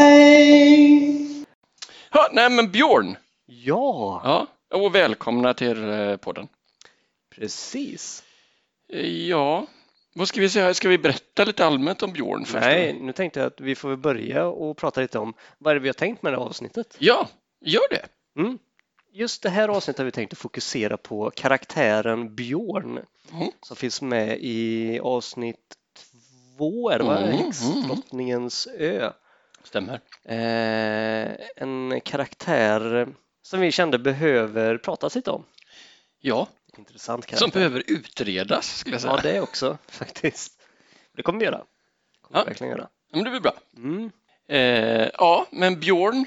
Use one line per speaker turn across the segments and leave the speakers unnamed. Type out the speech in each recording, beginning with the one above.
Raj-da-raj-da-raj-da-raj-da-raj.
Ja, nej men Björn!
Ja,
Ja, och välkomna till eh, podden.
precis.
Eh, Ja, vad ska vi säga? Ska vi berätta lite allmänt om Björn först?
Nej, nu tänkte jag att vi får väl börja och prata lite om vad är det vi har tänkt med det här avsnittet.
Ja, gör det.
Mm. Just det här avsnittet har vi tänkt att fokusera på karaktären Björn
Mm.
som finns med i avsnitt två, är det va?
Mm, mm, mm.
Häxdrottningens ö.
Stämmer.
Eh, en karaktär som vi kände behöver pratas lite om.
Ja,
Intressant karaktär.
som behöver utredas skulle jag säga.
Ja, det också faktiskt. Det kommer vi göra. Kommer
Ja.
vi verkligen göra.
Ja, Men det blir bra.
Mm.
Eh, ja, men Björn,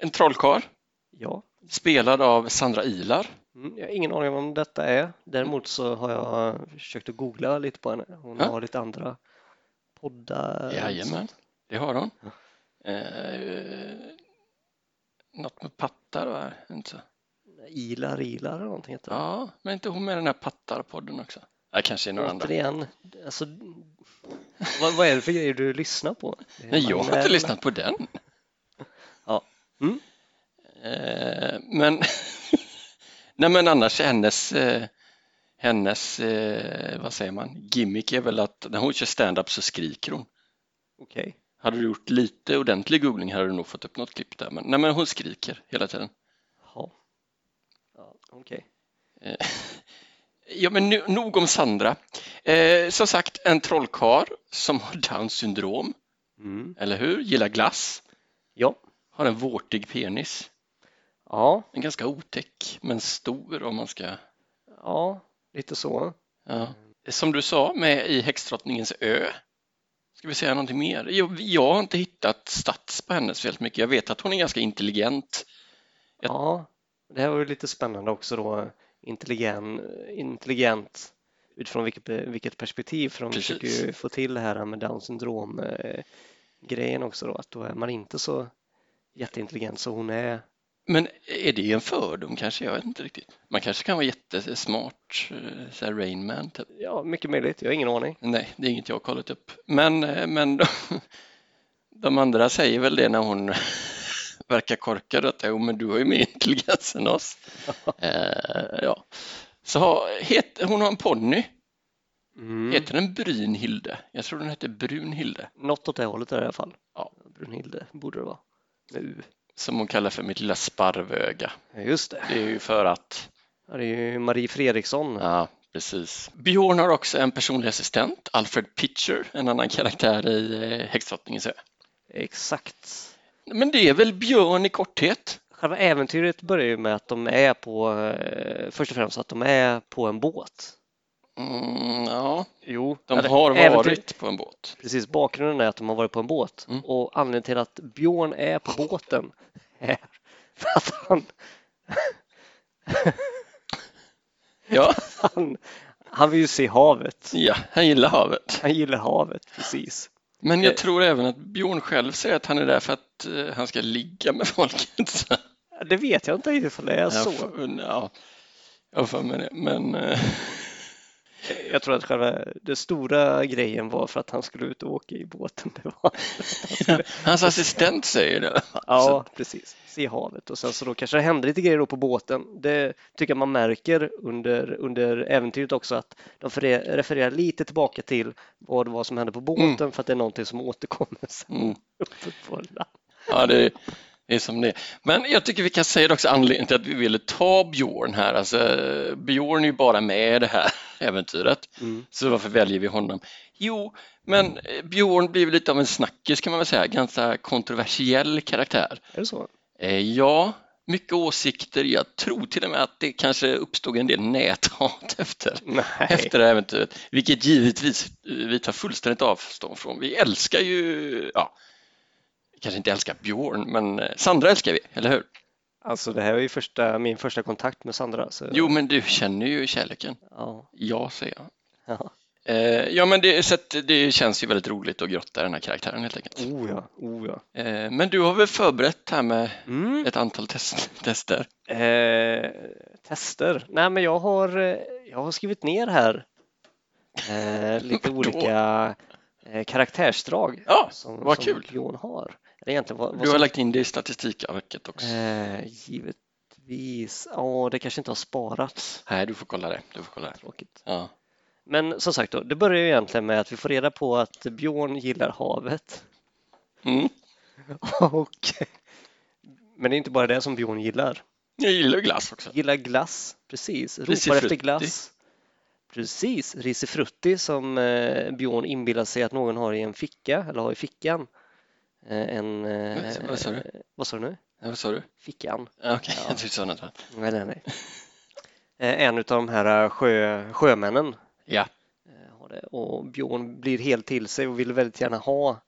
en trollkarl,
Ja.
spelad av Sandra Ilar.
Mm, jag har ingen aning om vad detta är. Däremot så har jag försökt att googla lite på henne. Hon
Ja.
har lite andra poddar. och
Jajamän,
sånt.
det har hon. Eh, något med pattar va? Inte så.
Ilar Ilar eller någonting heter det.
Ja, men inte hon med den här pattarpodden också? Nej, kanske är några andra.
Återigen, alltså, vad, vad är det för grejer du lyssnar på? Det är
Nej, jag har
manuella.
inte lyssnat på den.
Ja. Mm.
Eh, men, nej, men annars hennes, eh, hennes eh, vad säger man, gimmick är väl att när hon kör stand-up så skriker hon.
Okej,
Hade du gjort lite ordentlig googling hade du nog fått upp något klipp där. Men, nej, men hon skriker hela tiden.
ja. ja okej.
Ja, men nu, nog om Sandra. Eh, som sagt, en trollkar som har Downs syndrom,
Mm.
eller hur? Gillar glass,
Ja.
har en vårtig penis.
ja,
En ganska otäck, men stor om man ska...
ja, lite så.
Ja. Eh, Som du sa, med i Häxdrottningens ö. Ska vi säga någonting mer? Jag, jag har inte hittat stats på henne så väldigt mycket. Jag vet att hon är ganska intelligent. Jag-
Ja, det här var ju lite spännande också då. Intelligent, intelligent utifrån vilket, vilket perspektiv. För de
Precis.
försöker ju få till det här med Downs syndrom eh, grejen också då. Att då är man inte så jätteintelligent så hon är.
Men är det en fördom kanske? Jag vet inte riktigt. Man kanske kan vara jättesmart, eh, så här Rain Man typ.
Ja, mycket möjligt. Jag har ingen aning.
Nej, det är inget jag har kollat upp. Men, eh, men de, de andra säger väl det när hon verkar korkad att jo, men du har ju mer intelligens än oss. eh, ja. Så har- het, hon har en ponny.
Mm.
Heter den Brynhilde? Jag tror den hette Brunhilde
Något åt det hållet är det i alla fall.
Ja.
Brunhilde borde det vara. Nu.
som hon kallar för mitt lilla sparvöga.
Just det.
Det är ju för att,
Ja, Det är ju Marie Fredriksson.
ja precis. Björn har också en personlig assistent, Alfred Pitcher, en annan karaktär i eh, Häxdrottningens ö.
Exakt.
Men det är väl Björn i korthet?
Själva äventyret börjar ju med att de är på, eh, först och främst att de är på en båt.
Mm, ja,
Jo,
de
eller
har
även
varit
till-
på en båt.
precis, bakgrunden är att de har varit på en båt
Mm.
och anledningen till att Björn är på båten är för att han,
Ja,
han, han vill ju se havet.
ja han gillar havet.
Han gillar havet, precis.
Men jag
Eh.
tror även att Björn själv säger att han är där för att eh, han ska ligga med folket. Så.
Det vet jag inte ifall det är
Jag
så.
får- ja, jag har för mig det. Men eh,
Jag tror att själva den stora grejen var för att han skulle ut och åka i båten. Det var,
hans assistent säger det.
ja, precis. Se havet och sen så då kanske det hände lite grejer då på båten. Det tycker jag man märker under, under äventyret också att de fere- refererar lite tillbaka till vad det var som hände på båten för att det är någonting som återkommer sen
Mm.
uppe på land.
Ja, det är, det är som det är. Men jag tycker vi kan säga det också anledningen till att vi ville ta Björn här. Alltså, eh, Björn är ju bara med i det här äventyret.
Mm.
Så varför väljer vi honom? Jo, men eh, Björn blev lite av en snackis kan man väl säga. Ganska kontroversiell karaktär.
Är det så?
Eh, Ja, mycket åsikter. Jag tror till och med att det kanske uppstod en del näthat efter,
Nej.
efter det här äventyret, vilket givetvis eh, vi tar fullständigt avstånd från. Vi älskar ju, ja, vi kanske inte älskar Björn, men eh, Sandra älskar vi, eller hur?
Alltså det här är ju första, min första kontakt med Sandra. Så,
Jo, men du känner ju kärleken.
Ja,
Ja, säger jag.
ja.
Eh, Ja, men det, så att det känns ju väldigt roligt att grotta i den här karaktären helt enkelt.
Oh ja, oh ja.
Eh, Men du har väl förberett här med
Mm.
ett antal test, tester?
Eh, tester? Nej, men jag har, eh, jag har skrivit ner här eh, lite
Vadå?
olika eh, karaktärsdrag
Ja,
som,
vad
som
kul.
Jon har. Eller egentligen vad, vad
Du har
som,
lagt in det i statistikarket också.
eh, givetvis, ja det kanske inte har sparats.
Nej, du får kolla det. Du får kolla det.
Tråkigt.
Ja.
Men som sagt, då, det börjar ju egentligen med att vi får reda på att Björn gillar havet.
Mm.
Och, men det är inte bara det som Björn gillar.
Jag gillar ju glass också.
Gillar glass, precis. Ropar
Risifrutti.
efter glass. Precis, risifrutti som eh, Björn inbillar sig att någon har i en ficka, eller har i fickan. Eh, en, eh,
Vad- vad sa du?
eh, Vad sa du nu?
Ja, vad sa du?
Fickan?
Ja, Okej,
Ja.
jag tyckte du sa något annat.
Nej, nej, nej. Eh, en av de här eh, sjö, sjömännen
Ja.
eh, har det och Björn blir helt till sig och vill väldigt gärna ha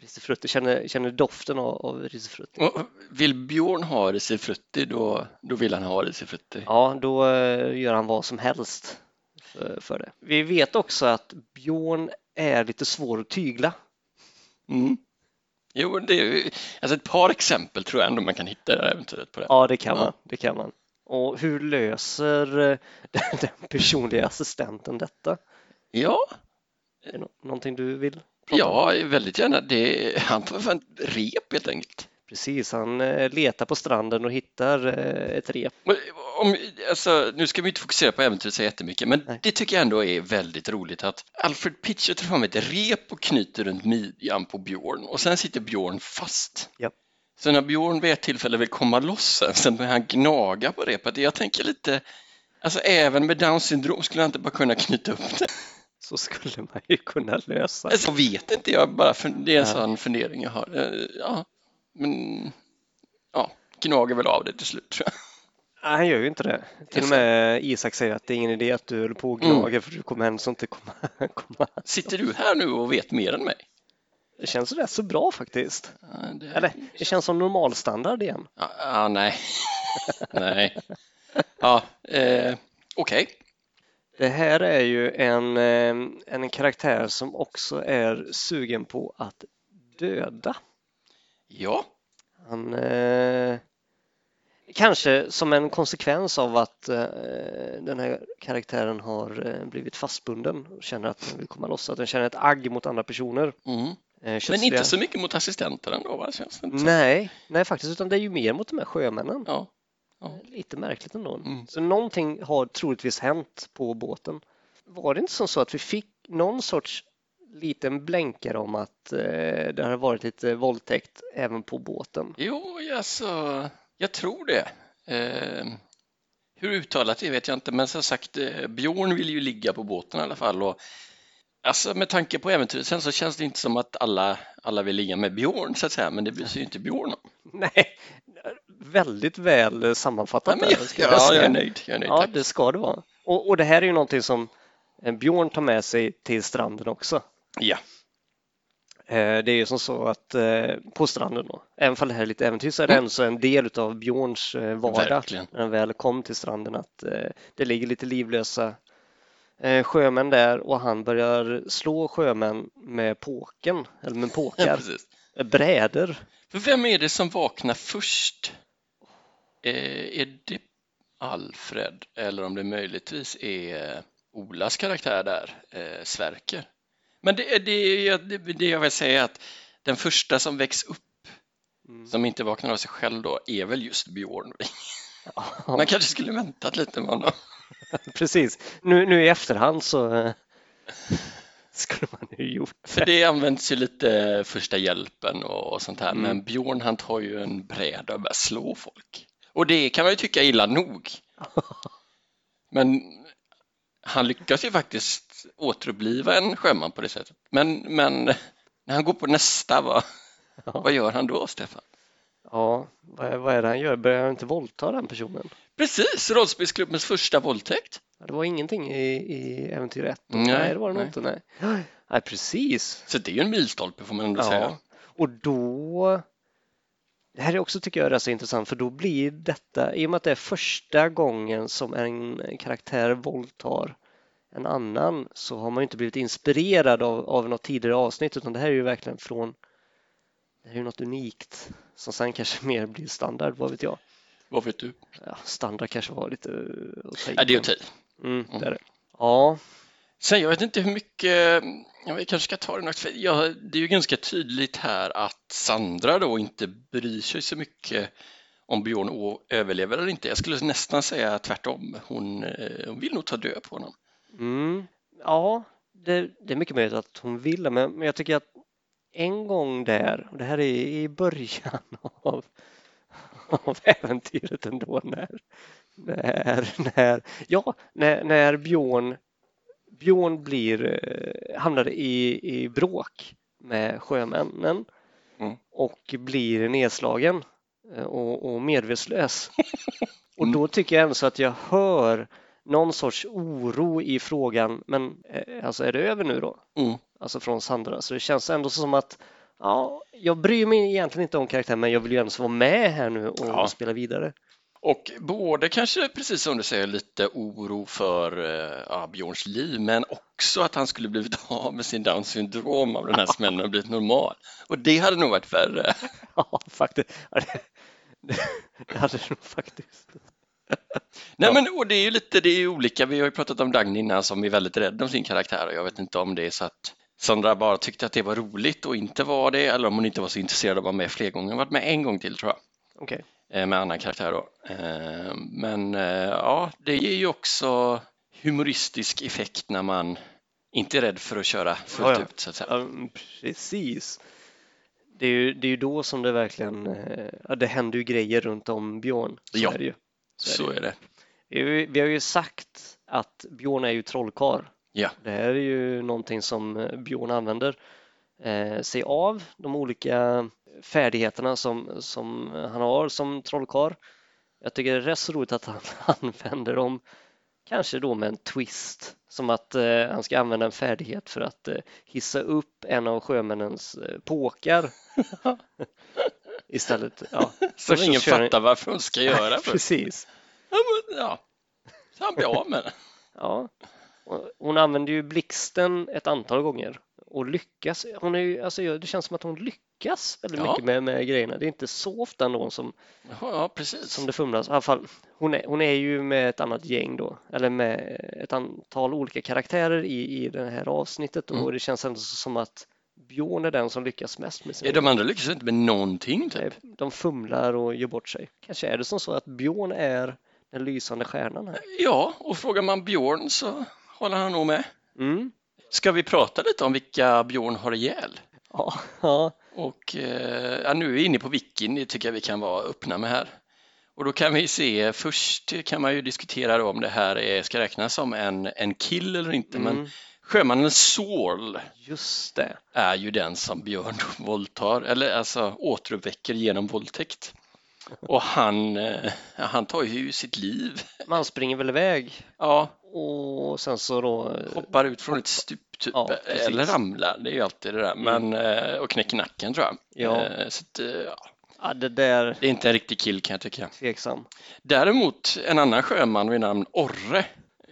risifrutti, känner, känner doften av, av risifrutti.
Och vill Björn ha risifrutti, då, då vill han ha risifrutti.
Ja, då eh, gör han vad som helst för, för det. Vi vet också att Björn är lite svår att tygla.
Mm. Jo, det är ju, alltså ett par exempel tror jag ändå man kan hitta i det här äventyret på det.
Ja, det kan
Ja.
man. Det kan man. Och hur löser eh, den, den personliga assistenten detta?
Ja,
Är det nå- någonting du vill?
ja väldigt gärna. Det, han tar fan ett rep helt enkelt.
Precis, han eh, letar på stranden och hittar eh, ett rep.
Men Om, alltså, nu ska vi inte fokusera på äventyret så jättemycket, men
Nej.
det tycker jag ändå är väldigt roligt att Alfred Pitcher tar fram ett rep och knyter runt midjan på Björn och sen sitter Björn fast.
Ja.
Så när Björn vid ett tillfälle vill komma loss sen, sen börjar han gnaga på repet. Jag tänker lite, alltså även med Downs syndrom skulle han inte bara kunna knyta upp det.
Så skulle man ju kunna lösa.
Alltså, jag vet inte, jag bara fun- det är en
Ja.
sån fundering jag har. Eh, Ja, men ja, gnager väl av det till slut tror jag.
Nej, han gör ju inte det. Till och med Isak säger att det är ingen idé att du håller på och gnager för du kommer ändå inte komma, komma.
Sitter du här nu och vet mer än mig?
Det känns rätt så bra faktiskt.
Ja, det-
Eller det känns som normalstandard igen.
Ja, ja, nej. nej. Ja, eh, okej.
Det här är ju en, eh, en karaktär som också är sugen på att döda.
Ja,
Han, eh, kanske som en konsekvens av att eh, den här karaktären har eh, blivit fastbunden och känner att den vill komma loss, att den känner ett agg mot andra personer.
mm.
Eh,
men
kötsliga.
inte så mycket mot assistenten ändå, va? Känns det inte så?
Nej, nej faktiskt, utan det är ju mer mot de här sjömännen.
Ja.
Lite märkligt ändå.
Mm.
Så någonting har troligtvis hänt på båten. Var det inte som så att vi fick någon sorts liten blänkare om att eh, det har varit lite våldtäkt även på båten?
Jo, alltså, jag tror det. Eh, hur uttalat det vet jag inte, men som sagt, eh, Björn vill ju ligga på båten i alla fall. Och, alltså, med tanke på äventyret sen så känns det inte som att alla, alla vill ligga med Björn, så att säga, men det bryr sig ju inte Björn om.
Nej, väldigt väl eh, sammanfattat.
Nej, men
där,
jag,
skulle
ja,
säga.
jag är nöjd. Jag är nöjd
Ja,
tack.
det ska det vara. Och, och det här är ju någonting som eh, Björn tar med sig till stranden också.
ja.
Eh, Det är ju som så att eh, på stranden då, även om det här är lite äventyr så är det
Mm.
ändå så en del utav Björns eh, vardag
Verkligen.
när han väl kom till stranden att eh, det ligger lite livlösa eh, sjömän där och han börjar slå sjömän med påken eller med
ja,
påkar,
precis.
eh, brädor.
För vem är det som vaknar först? Eh, är det Alfred eller om det möjligtvis är eh, Olas karaktär där, eh, Sverker? Men det, är- det, är jag- det, det jag vill säga är att den första som väcks upp
Mm.
som inte vaknar av sig själv då är väl just Björn. Man kanske skulle väntat lite med honom.
Precis, nu, nu i efterhand så eh, skulle man ju gjort
För det används ju lite första hjälpen och, och sånt här,
Mm.
men Björn han tar ju en bräda och börjar slå folk. Och det kan man ju tycka är illa nog. Men han lyckas ju faktiskt återuppliva en sjöman på det sättet. Men, men när han går på nästa, va?
Ja.
vad gör han då, Stefan?
Ja, vad är, vad är det han gör? Börjar han inte våldta den personen?
Precis, rollspelsklubbens första våldtäkt.
Ja, Det var ingenting i, i Äventyr 1?
Nej,
det var det nog
nej.
inte. Nej. nej, precis.
Så det är ju en milstolpe får man ändå
Ja.
säga.
Och då... Det här är också tycker jag är så intressant för då blir detta, i och med att det är första gången som en karaktär våldtar en annan så har man ju inte blivit inspirerad av, av något tidigare avsnitt utan det här är ju verkligen från det här är ju något unikt som sen kanske mer blir standard, vad vet jag.
Vad vet du?
Ja, standard kanske var lite eh, att ta i,
Ja, det är ju
men-
tid.
Mm,
Mm.
det är det. Ja,
Sen jag vet inte hur mycket, ja, vi kanske ska ta det något, för jag, det är ju ganska tydligt här att Sandra då inte bryr sig så mycket om Björn å- överlever eller inte. Jag skulle nästan säga tvärtom. Hon, eh, hon vill nog ta död på honom.
Mm. Ja, det, det är mycket möjligt att hon vill det, men, men jag tycker att en gång där, och det här är i början av, av äventyret ändå, när, när, när, ja, när, när Björn, Björn blir, eh, hamnar i, i bråk med sjömännen
Mm.
och blir nedslagen eh, och, och medvetslös. Och
Mm.
då tycker jag även så att jag hör någon sorts oro i frågan, men eh, alltså är det över nu då?
Mm.
Alltså från Sandra, så det känns ändå som att ja, jag bryr mig egentligen inte om karaktären, men jag vill ju ändå vara med här nu och
Ja.
spela vidare.
Och både kanske, precis som du säger, lite oro för eh, ja, Björns liv, men också att han skulle blivit av med sin down syndrom av den här smällen och blivit normal. Och det hade nog varit värre.
Ja, faktiskt. Ja, det- Det hade det nog faktiskt.
Nej, men, och det är ju lite det är ju olika. Vi har ju pratat om Dagny innan som är väldigt rädd om sin karaktär och jag vet inte om det är så att Sandra bara tyckte att det var roligt och inte var det eller om hon inte var så intresserad av att vara med fler gånger. Hon har varit med en gång till tror jag
Okej.
eh, med annan karaktär då. Eh, Men eh, ja, det ger ju också humoristisk effekt när man inte är rädd för att köra fullt
Ja, ja.
ut så att säga.
Ja, men precis. Det är, ju, det är ju då som det verkligen, eh, ja, det händer ju grejer runt om Björn. Så
Ja.
är det ju.
Så är det.
Vi har ju- vi har ju sagt att Björn är ju trollkar.
Ja.
Det här är ju någonting som eh, Björn använder eh, sig av, de olika färdigheterna som, som han har som trollkar. Jag tycker det är rätt så roligt att han använder dem, kanske då med en twist, som att eh, han ska använda en färdighet för att eh, hissa upp en av sjömännens eh, påkar. Istället, ja.
Så
Först
ingen
kör han-
fattar varför hon ska göra för.
Precis.
Ja, men, ja. Så han blir av med det.
Ja. Och Hon använder ju blixten ett antal gånger och lyckas. Hon är ju, alltså, jag- det känns som att hon lyckas väldigt
Ja.
mycket med, med grejerna. Det är inte så ofta ändå som,
Ja, ja, precis.
som det fumlas. I alla fall, hon, är, hon är ju med ett annat gäng då, eller med ett antal olika karaktärer i, i det här avsnittet
Mm.
och det känns ändå som att Björn är den som lyckas mest med sina
De andra lyckas inte med någonting typ.
grejer. De fumlar och gör bort sig. Kanske är det som så att Björn är den lysande stjärnan här.
Ja, och frågar man Björn så håller han nog med.
Mm.
Ska vi prata lite om vilka Björn har ihjäl?
Ja, ja.
Och eh, ja, nu är vi inne på Wikin, det tycker jag vi kan vara öppna med här. Och då kan vi se, först kan man ju diskutera då om det här är, ska räknas som en, en kill eller inte,
Mm.
men sjömannen Saul
just det.
är ju den som Björn då våldtar, eller alltså återuppväcker genom våldtäkt. Och han, eh, han tar ju sitt liv,
Man springer väl iväg
ja,
och sen så då eh,
hoppar ut från ett stup typ,
Ja, precis. Mm.
eller ramlar, det är ju alltid det där, men, eh, och knäcker nacken tror jag.
Ja.
Eh, Så att, eh, ja,
ja, det där
det är inte en riktig kill kan jag tycka.
tveksam.
Däremot en annan sjöman vid namn Orre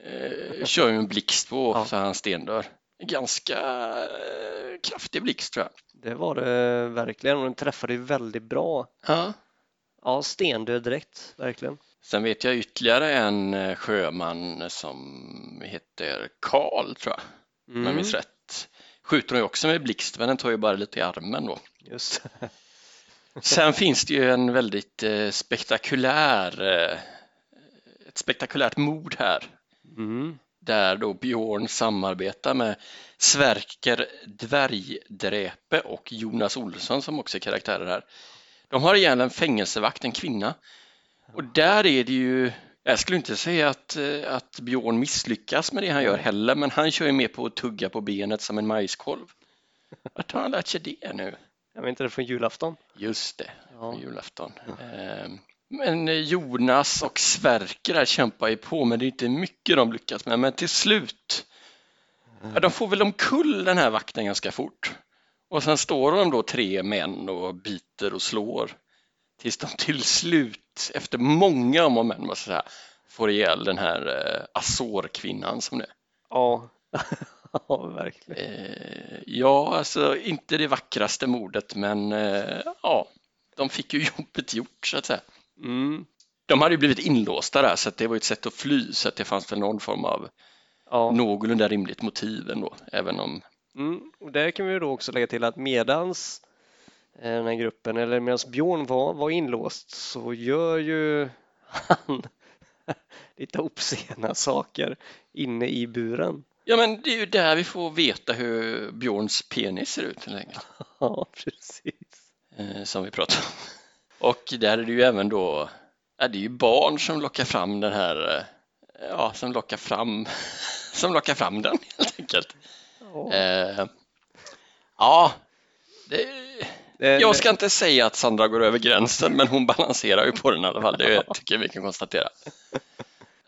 eh, kör ju en blixt på
Ja.
så han stendör. Ganska eh, kraftig blixt tror jag.
Det var det verkligen och den träffade ju väldigt bra.
Ja.
Ja, stendöd direkt, verkligen.
Sen vet jag ytterligare en eh, sjöman som heter Karl tror jag, om jag
Mm,
minns rätt. Skjuter hon ju också med blixt men den tar ju bara lite i armen då.
Just det.
Sen finns det ju en väldigt eh, spektakulär, eh, ett spektakulärt mord här
Mm.
där då Björn samarbetar med Sverker Dvärgdräpe och Jonas Olsson som också är karaktärer här. De har ihjäl en fängelsevakt, en kvinna. Och där är det ju, jag skulle inte säga att, eh, att Björn misslyckas med det han gör heller, men han kör ju med på att tugga på benet som en majskolv. Vart har han lärt sig det nu?
Jag vet inte, det är från julafton.
Just det,
Ja.
på julafton. Ehm, Men eh, Jonas och Sverker här kämpar ju på, men det är inte mycket de lyckas med. Men till slut, ja, de får väl omkull den här vakten ganska fort. Och sen står de då tre män och biter och slår. Tills de till slut, efter många om och men, måste jag säga, får ihjäl den här eh, Azor-kvinnan som det är.
Ja, ja verkligen.
Eh, ja, alltså inte det vackraste mordet, men eh, ja, de fick ju jobbet gjort så att säga.
Mm.
De hade ju blivit inlåsta där, så att det var ju ett sätt att fly, så att det fanns väl någon form av
Ja.
någorlunda rimligt motiv ändå, även om
Mm, och där kan vi ju då också lägga till att medans eh, den här gruppen, eller medans Björn var, var inlåst så gör ju han lite obscena saker inne i buren.
Ja, men det är ju där vi får veta hur Björns penis ser ut helt enkelt,
Ja, precis.
eh, som vi pratade om. Och där är det ju även då, ja, det är ju barn som lockar fram den här, eh, ja, som lockar fram, som lockar fram den helt enkelt.
Ja.
Eh, ja, det,
Eh,
jag ska inte säga att Sandra går över gränsen, men hon balanserar ju på den i alla fall, det tycker jag vi kan konstatera.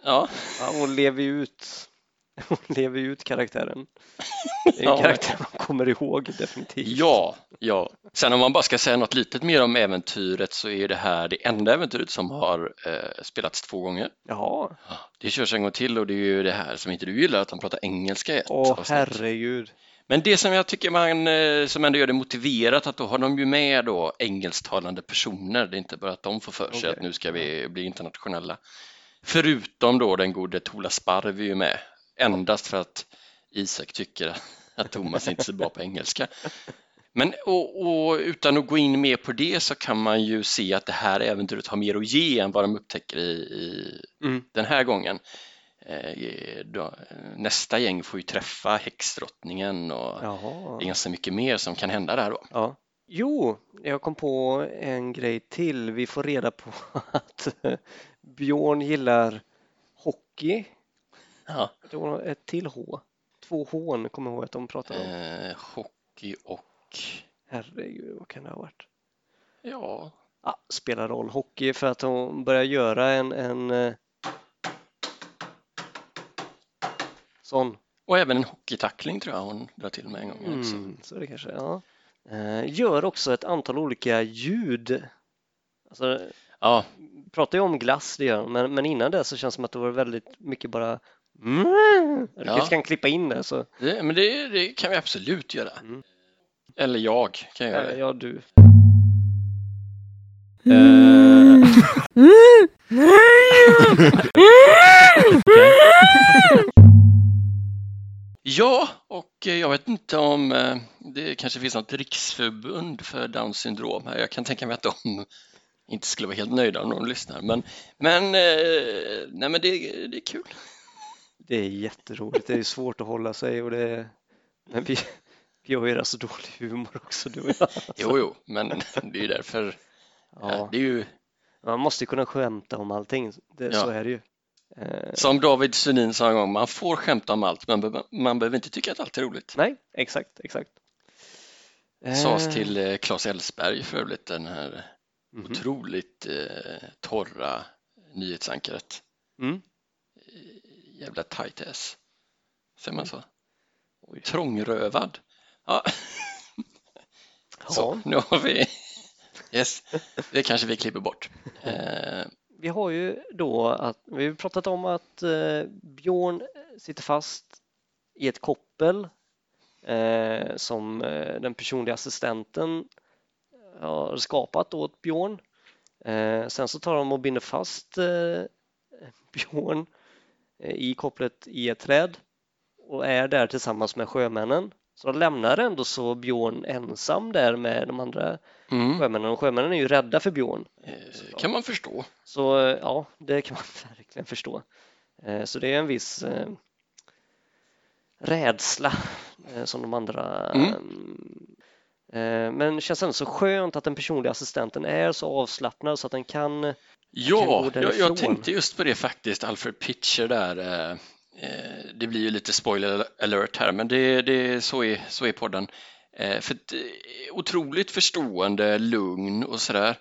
Ja,
ja, hon lever ju ut, hon lever ju ut karaktären. Det är en
Ja.
karaktär man kommer ihåg definitivt.
Ja, ja. Sen om man bara ska säga något litet mer om äventyret så är det här det enda äventyret som har eh, spelats två gånger.
Jaha,
Det körs en gång till och det är ju det här som inte du gillar, att de pratar engelska i ett
åh
avsnitt.
herregud.
Men det som jag tycker man, eh, som ändå gör det motiverat, att då har de ju med då engelsktalande personer. Det är inte bara att de får för sig
Okej.
att nu ska vi bli internationella. Förutom då den gode Tola Sparv är ju med, endast för att Isak tycker att Thomas inte är så bra på engelska. Men och, och utan att gå in mer på det så kan man ju se att det här äventyret har mer att ge än vad de upptäcker i, i
Mm.
den här gången. Eh, då, nästa gäng får ju träffa häxdrottningen och
Jaha.
det är ganska mycket mer som kan hända där då.
Ja. Jo, jag kom på en grej till. Vi får reda på att Björn gillar hockey.
Ja.
Det var ett till H. Två H'n kommer jag ihåg att de pratade om.
Eh, hockey och
Herregud, vad kan det ha varit?
ja,
Ja, spelar roll. Hockey för att hon börjar göra en, en eh, sån.
och även en hockeytackling tror jag hon drar till med en gång. också.
Mm, så är det kanske, ja. Eh, Gör också ett antal olika ljud. Alltså
Ja,
pratar ju om glass, det gör de, men, men innan det så känns det som att det var väldigt mycket bara mm. Du kanske kan klippa in det så.
det, men det, det kan vi absolut göra.
Mm.
Eller jag kan göra det.
Ja, du.
Ja, och eh, jag vet inte om eh, det kanske finns något riksförbund för Downs syndrom här. Jag kan tänka mig att de inte skulle vara helt nöjda om de lyssnar. Men, men, eh, nej, men det, det är kul.
Det är jätteroligt, det är svårt att hålla sig och det är... Men vi, vi har ju rätt så dålig humor också du och jag.
Jo, jo, men det är ju därför. Ja.
Ja,
Det är ju,
man måste ju kunna skämta om allting, det, så
Ja.
är det ju. Eh,
som David Sundin sa en gång, man får skämta om allt, men be- man behöver inte tycka att allt är roligt.
nej, exakt, exakt. Eh,
Sades till eh, Claes Elfsberg för övrigt, den här
mhm.
otroligt eh, torra nyhetsankaret.
Mm.
Jävla tight ass. Säger man så? Trångrövad. Ja, så
Ja,
nu har vi... Yes, det kanske vi klipper bort. Eh,
vi har ju då att, vi har pratat om att eh, Björn sitter fast i ett koppel eh, som eh, den personliga assistenten har skapat åt Björn. Eh, sen så tar de och binder fast eh, Björn eh, i kopplet i ett träd och är där tillsammans med sjömännen. Så de lämnar ändå så Björn ensam där med de andra
mm,
sjömännen och sjömännen är ju rädda för Björn.
eh, kan man förstå.
Så eh, ja, det kan man verkligen förstå. Eh, Så det är en viss eh, rädsla eh, som de andra...
Mm.
eh, Men det känns ändå så skönt att den personliga assistenten är så avslappnad så att den kan... eh, gå
Ja, jag,
därifrån.
jag tänkte just på det faktiskt, Alfred Pitcher där. eh, eh, Det blir ju lite spoiler alert här, men det, det, så, är, så är podden. Eh, För att, eh, otroligt förstående, lugn och sådär.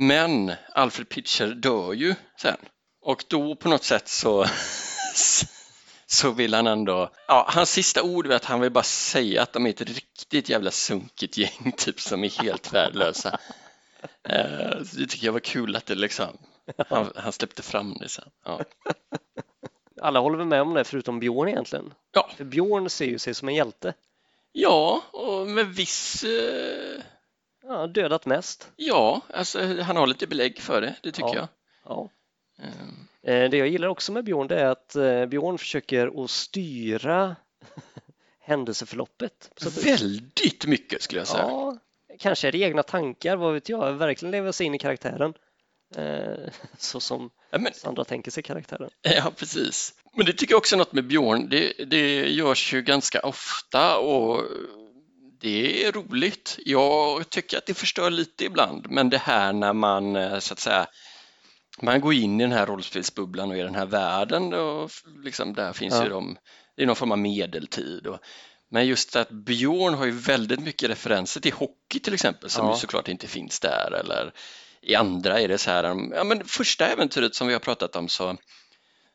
Men Alfred Pitcher dör ju sen. Och då på något sätt så, så vill han ändå, ja, hans sista ord är att han vill bara säga att de är ett riktigt jävla sunkigt gäng typ som är helt värdelösa. Eh, så Det tycker jag var kul att det liksom, han, han släppte fram det sen. Ja.
Alla håller väl med om det förutom Björn egentligen?
Ja.
För Björn ser ju sig som en hjälte.
Ja, och med viss... eh,
Ja, dödat mest.
Ja, alltså han har lite belägg för det, det tycker
Ja.
jag.
Ja.
Ehm,
Eh, Det jag gillar också med Björn det är att eh, Björn försöker att styra händelseförloppet. Så att,
Väldigt mycket skulle jag säga.
ja, kanske är det egna tankar, vad vet jag, verkligen leva sig in i karaktären. Eh, Så som
Ja, men,
Sandra tänker sig karaktären.
ja, precis. Men det tycker jag också är något med Björn. Det, det görs ju ganska ofta och det är roligt. Jag tycker att det förstör lite ibland, men det här när man eh, så att säga man går in i den här rollspelsbubblan och i den här världen och f- liksom där finns
Ja.
ju de, det är någon form av medeltid. Och, men just att Björn har ju väldigt mycket referenser till hockey till exempel som
Ja.
ju såklart inte finns där eller i andra är det så här, de- ja men första äventyret som vi har pratat om så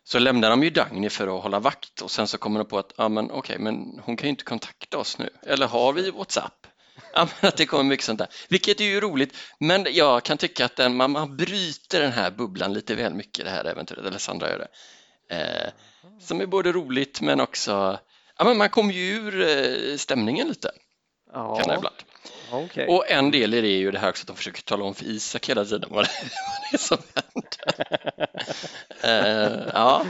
så lämnar de ju Dagny för att hålla vakt och sen så kommer de på att ja men okej men hon kan ju inte kontakta oss nu eller har vi Whatsapp? Ja, men att det kommer mycket sånt där, vilket är ju roligt. Men jag kan tycka att den, man, man bryter den här bubblan lite väl mycket i det här äventyret, eller Sandra gör det. Eh, som är både roligt men också, ja, men man kommer ju ur eh, stämningen lite,
Ja,
kan jag ibland.
ja, okej.
Och en del i det är ju det här också att de försöker tala om för Isak hela tiden vad det, vad det är som händer. Eh, ja.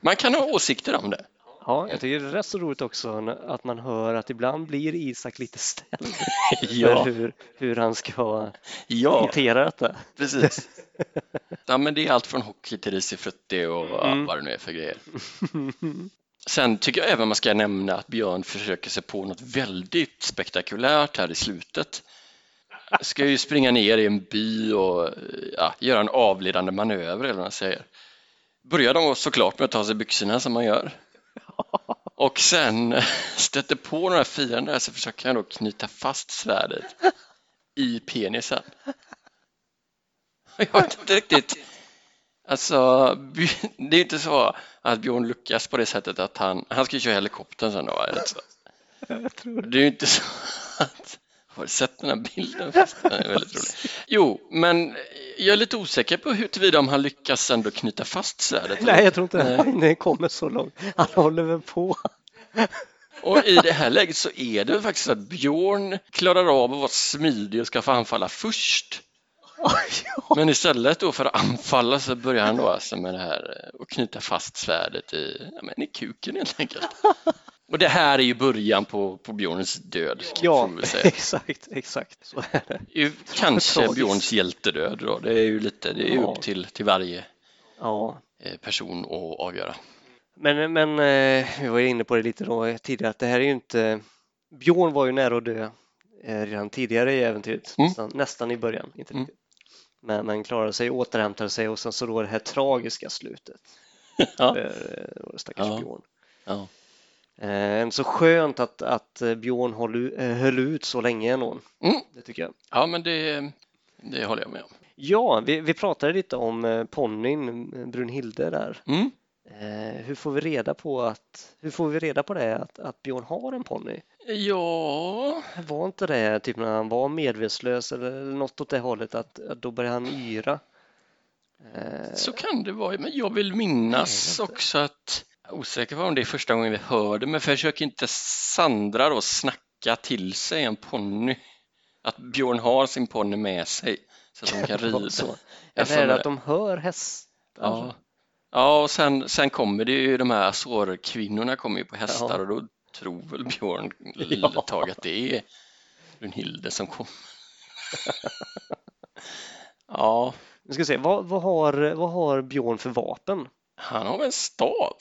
Man kan ha åsikter om det.
Ja, jag tycker det är rätt så roligt också n- att man hör att ibland blir Isak lite ställd för hur, hur han ska
ja.
hantera detta.
Precis. Ja, men det är allt från hockey till risifrutti och ja,
Mm.
vad det nu är för grejer. Sen tycker jag även man ska nämna att Björn försöker sig på något väldigt spektakulärt här i slutet. Ska ju springa ner i en by och ja, göra en avledande manöver eller vad man säger. Börjar de såklart med att ta sig byxorna som man gör. Och sen stöter på några fiender så försöker han då knyta fast svärdet i penisen. Jag vet inte riktigt. Alltså, Bj- det är ju inte så att Björn lyckas på det sättet att han, han ska ju köra helikoptern sen då, va? Är det inte så? Det är ju inte så att, har du sett den här bilden? Fast Den är väldigt rolig. Jo, men jag är lite osäker på huruvida om han lyckas ändå knyta fast svärdet.
Nej, jag tror inte han det kommer så långt. Han håller väl på.
Och i det här läget så är det väl faktiskt så att Björn klarar av att vara smidig och ska få anfalla först. Men istället då för att anfalla så börjar han då alltså med det här eh, och knyta fast svärdet i, ja, men i kuken helt enkelt. Och det här är ju början på, på Björns död.
Ja,
får vi säga.
exakt, exakt. Så är det.
Det är ju Kanske
Tragiskt.
Björns hjältedöd då. Det är ju lite, det är ju
Ja.
upp till, till varje
Ja.
eh, person att avgöra.
Men, men eh, vi var ju inne på det lite då tidigare att det här är ju inte Björn var ju nära att dö eh, redan tidigare i äventyret,
Mm.
nästan, nästan i början. Inte
Mm.
riktigt. Men, men klarade sig, återhämtade sig och sen så då det här tragiska slutet.
Ja.
för eh, stackars
Ja.
Björn.
Ja.
Eh, så skönt att, att eh, Björn höll, u- eh, höll ut så länge ändå.
Mm.
Det tycker jag.
ja, men det, det håller jag med om.
Ja, vi, vi pratade lite om eh, ponnyn eh, Brunhilde där.
Mm.
Eh, hur får vi reda på att hur får vi reda på det att, att Björn har en ponny?
Ja,
Var inte det typ när han var medvetslös eller eller något åt det hållet att, att då började han yra? Eh,
Så kan det vara, men jag vill minnas också att, jag är osäker på om det är första gången vi hör det, men försöker inte Sandra då snacka till sig en ponny? Att Björn har sin ponny med sig så att de kan
det var
rida.
så.
Jag
Eller är det
får-
att de hör hästar?
ja. ja, och sen, sen kommer det ju de här azorkvinnorna kommer ju på hästar
Ja.
och då tror väl Björn
Ja.
ett tag att det är Brunhilde som kommer. ja,
Nu ska vi se, vad, vad, har, vad har Björn för vapen?
han har väl en stav?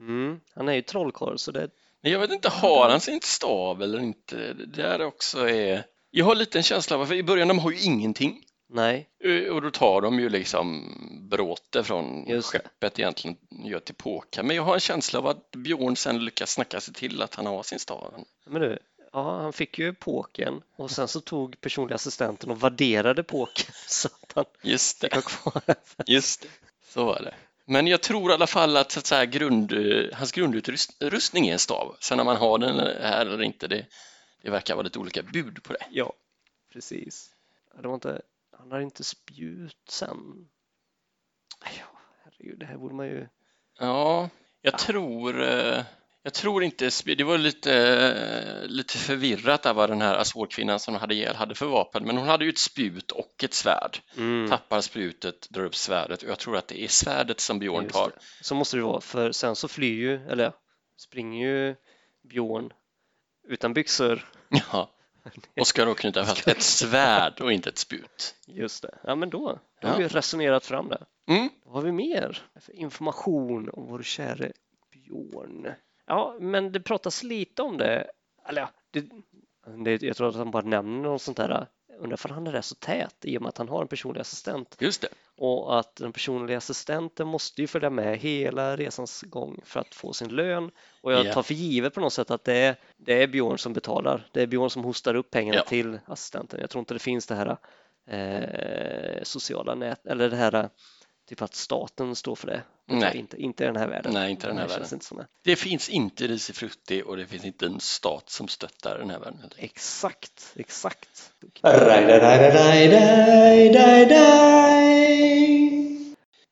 Mm, han är ju trollkarl så det...
Men jag vet inte, har han sin stav eller inte? Det där också är... Jag har lite en känsla av att i början de har ju ingenting
Nej,
Eh, och då tar de ju liksom bråte från
Just det.
skeppet egentligen gör till påkar. Men jag har en känsla av att Björn sen lyckas snacka sig till att han har sin stav.
men du. Ja, han fick ju påken och sen så tog personliga assistenten och värderade påken så att han
Just det,
fick ha kvar den.
just det. Så var det. Men jag tror i alla fall att, så att säga, grund, eh, hans grundutrustning är en stav. Sen om man har den här eller inte, det, det verkar vara lite olika bud på det.
Ja, precis. Ja, Det var inte, han hade inte spjut sen. Ja, herregud, det här borde man ju...
Ja, jag tror eh, Jag tror inte, det var lite, eh, lite förvirrat där vad den här Azorkvinnan som de hade ihjäl hade för vapen, men hon hade ju ett spjut och ett svärd.
Mm,
Tappar spjutet, drar upp svärdet och jag tror att det är svärdet som Björn
just
tar.
det. Så måste det vara, för sen så flyr ju, eller springer ju Björn utan byxor.
Ja. Och ska då knyta fast ett svärd och inte ett spjut.
Just det. Ja, men då, då
Ja.
har vi resonerat fram det.
Mm.
Vad har vi mer för information om vår käre Björn? Ja, men det pratas lite om det. Eller ja, det, det, jag tror att han bara nämner något sånt där. Undrar för han är rätt så tät i och med att han har en personlig assistent
Just det.
och att den personliga assistenten måste ju följa med hela resans gång för att få sin lön. Och jag
Ja.
tar för givet på något sätt att det är, det är Björn som betalar. Det är Björn som hostar upp pengarna
Ja.
till assistenten. Jag tror inte det finns det här eh, sociala nät eller det här eh, typ att staten står för det. Det tror
Nej.
jag Inte, inte i den här världen.
Nej, inte i den här
Det känns
världen.
Inte som det.
Det finns inte Risifrutti och det finns inte en stat som stöttar den här världen.
Exakt, exakt.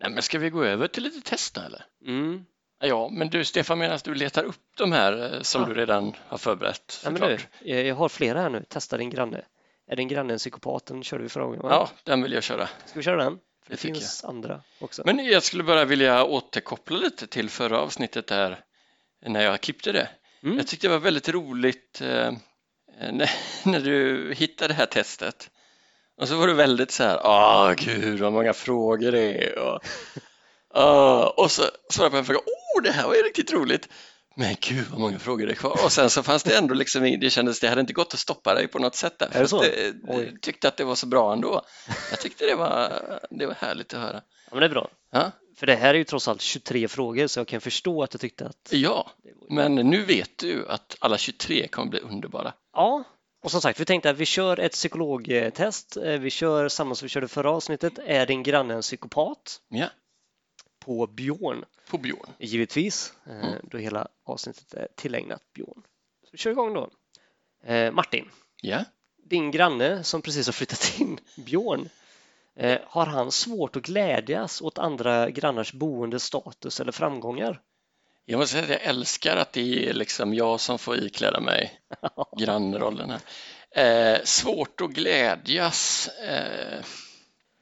Nej, men ska vi gå över till lite test nu, eller?
Mm.
Ja, men du Stefan, medan du letar upp de här eh, som
Ja.
du redan har förberett
Ja, men
såklart.
du, jag jag har flera här nu. Testa din granne. Är din granne en psykopat? Den körde vi förra gången. va?
ja, den vill jag köra.
Ska vi köra den? För
Det
det
tycker
finns andra också.
Men jag skulle bara vilja återkoppla lite till förra avsnittet där när jag klippte det.
Mm.
Jag tyckte det var väldigt roligt eh, när, när du hittade det här testet. Och så var du väldigt så här, ah gud vad många frågor det är. Och, ah, och så svarade jag på en fråga, oh det här var ju riktigt roligt. Men gud vad många frågor det är kvar. Och sen så fanns det ändå liksom, ing- det kändes, det hade inte gått att stoppa dig på något sätt där.
det så? Oj.
jag tyckte att det var så bra ändå. Jag tyckte det var, det var härligt att höra.
Ja, men det är bra.
Ja,
För det här är ju trots allt 23 frågor så jag kan förstå att du tyckte att
ja. men nu vet du att alla 23 kommer bli underbara.
ja. Och som sagt, vi tänkte att vi kör ett psykologtest. Eh, Vi kör samma som vi körde förra avsnittet. Är din granne en psykopat?
Ja,
På Björn,
på Björn.
givetvis, eh, då hela avsnittet är tillägnat Björn. Så vi kör igång då. Eh, Martin,
Ja.
din granne som precis har flyttat in, Björn, eh, har han svårt att glädjas åt andra grannars boende, status eller framgångar?
Jag måste säga att jag älskar att det är liksom jag som får ikläda mig grannrollen här. Eh, svårt att glädjas. Eh,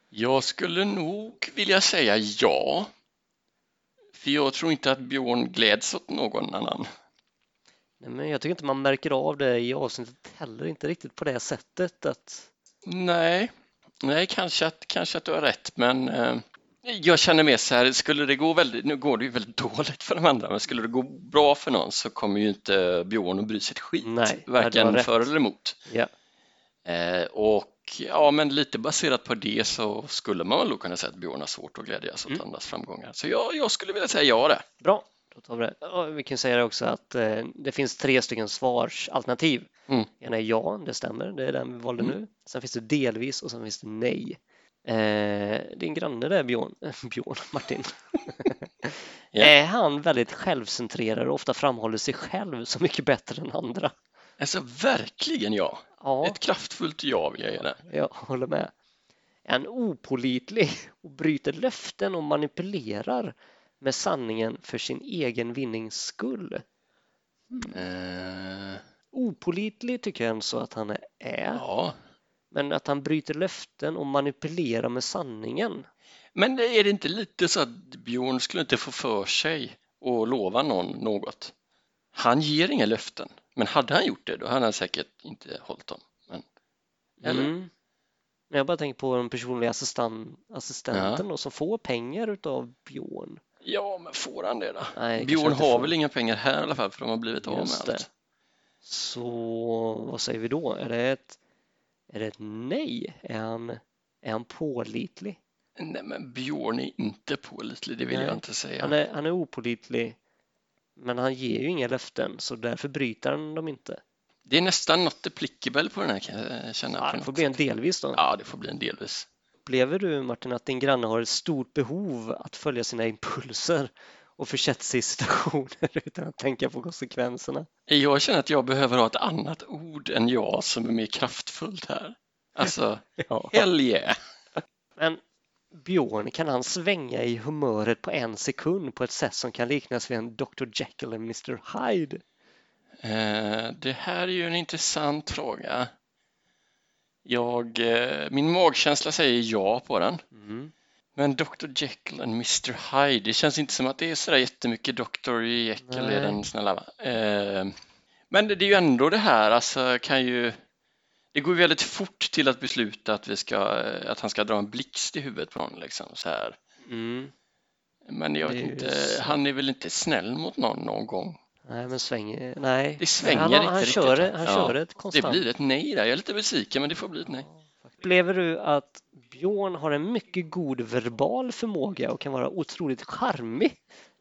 jag skulle nog vilja säga ja. För jag tror inte att Björn gläds åt någon annan.
Nej, men jag tycker inte man märker av det i avsnittet heller, inte riktigt på det sättet att
Nej, nej kanske, att, kanske att du har rätt, men eh, jag känner mer så här, skulle det gå väldigt, nu går det ju väldigt dåligt för de andra, men skulle det gå bra för någon så kommer ju inte Björn att bry sig ett skit,
Nej, nej, du har
varken
rätt.
för eller emot.
ja,
Eh, och ja, men lite baserat på det så skulle man väl då kunna säga att Björn har svårt att glädjas åt
Mm.
andras framgångar. Så jag, jag skulle vilja säga ja där.
bra, då tar vi det. Ja, Vi kan säga det också att eh, det finns tre stycken svarsalternativ.
Mm.
Ena är ja, det stämmer, det är den vi valde nu. Sen finns det delvis och sen finns det nej. Eh, din granne där, Björn, eh, Björn Martin,
Ja.
är han väldigt självcentrerad och ofta framhåller sig själv så mycket bättre än andra?
Alltså verkligen ja.
Ja.
Ett kraftfullt ja vill jag ge där.
Jag håller med. En opolitlig och bryter löften och manipulerar med sanningen för sin egen vinnings skull. Mm.
Eh,
Opolitlig tycker jag ändå så att han är,
ja.
men att han bryter löften och manipulerar med sanningen.
Men är det inte lite så att Björn skulle inte få för sig att lova någon något? Han ger inga löften, men hade han gjort det då hade han säkert inte hållit dem. Men, eller?
Mm. Men jag bara tänker på den personliga assistan, assistenten
Ja.
då, som får pengar utav Björn.
Ja, men får han det då?
Nej, kanske
Björn
inte
har
får.
väl inga pengar här i alla fall för de har blivit av med
Just det.
allt.
Så vad säger vi då? Är det ett, är det ett nej? Är han, är han pålitlig?
Nej, men Björn är inte pålitlig, det vill
Nej.
jag inte säga.
Han, är, han är opålitlig, men han ger ju inga löften så därför bryter han dem inte.
Det är nästan något applicable på den här kan jag känna.
Ja,
på
det får
något
bli en
sätt.
delvis då.
Ja, det får bli en delvis.
Upplever du Martin att din granne har ett stort behov att följa sina impulser och försätta sig i situationer utan att tänka på konsekvenserna?
Jag känner att jag behöver ha ett annat ord än jag som är mer kraftfullt här. Alltså,
Ja.
hell yeah.
Men Björn kan han svänga i humöret på en sekund på ett sätt som kan liknas vid en Dr Jekyll och Mr Hyde?
Eh, Det här är ju en intressant fråga. Jag, eh, min magkänsla säger ja på den.
Mm.
Men Dr Jekyll and Mr Hyde, det känns inte som att det är sådär jättemycket Dr Jekyll
Nej.
i den snälla va? Eh, Men det det är ju ändå det här, alltså kan ju det går ju väldigt fort till att besluta att, vi ska, att han ska dra en blixt i huvudet på någon. Liksom, så här.
Mm.
Men jag
Det är
vet
ju
inte,
så.
han är väl inte snäll mot någon någon gång?
Nej, men svänger... Nej.
Det svänger
han, han,
inte
han
riktigt,
kör,
va?
Han
Ja.
kör ett
Det
konstant...
blir ett nej där. Jag är lite besviken, men det får bli ett nej.
Upplever du att Björn har en mycket god verbal förmåga och kan vara otroligt charmig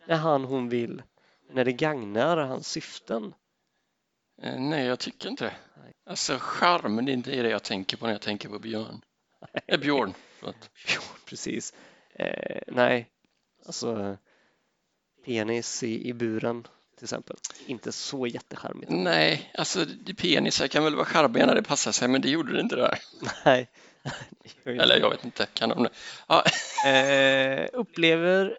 när han hon vill, när det gagnar hans syften?
Eh, Nej, jag tycker inte det.
Nej.
Alltså charm, det är inte det jag tänker på när jag tänker på Björn. Eh, Björn, förlåt.
Björn, precis. Eh, nej, alltså eh, penis i, i buren till exempel. Inte så jättecharmigt.
Nej, alltså det- penisar kan väl vara charmiga när det passar sig, men det gjorde det inte där.
Nej.
Eller jag vet inte, kan de det? Ja,
Eh, upplever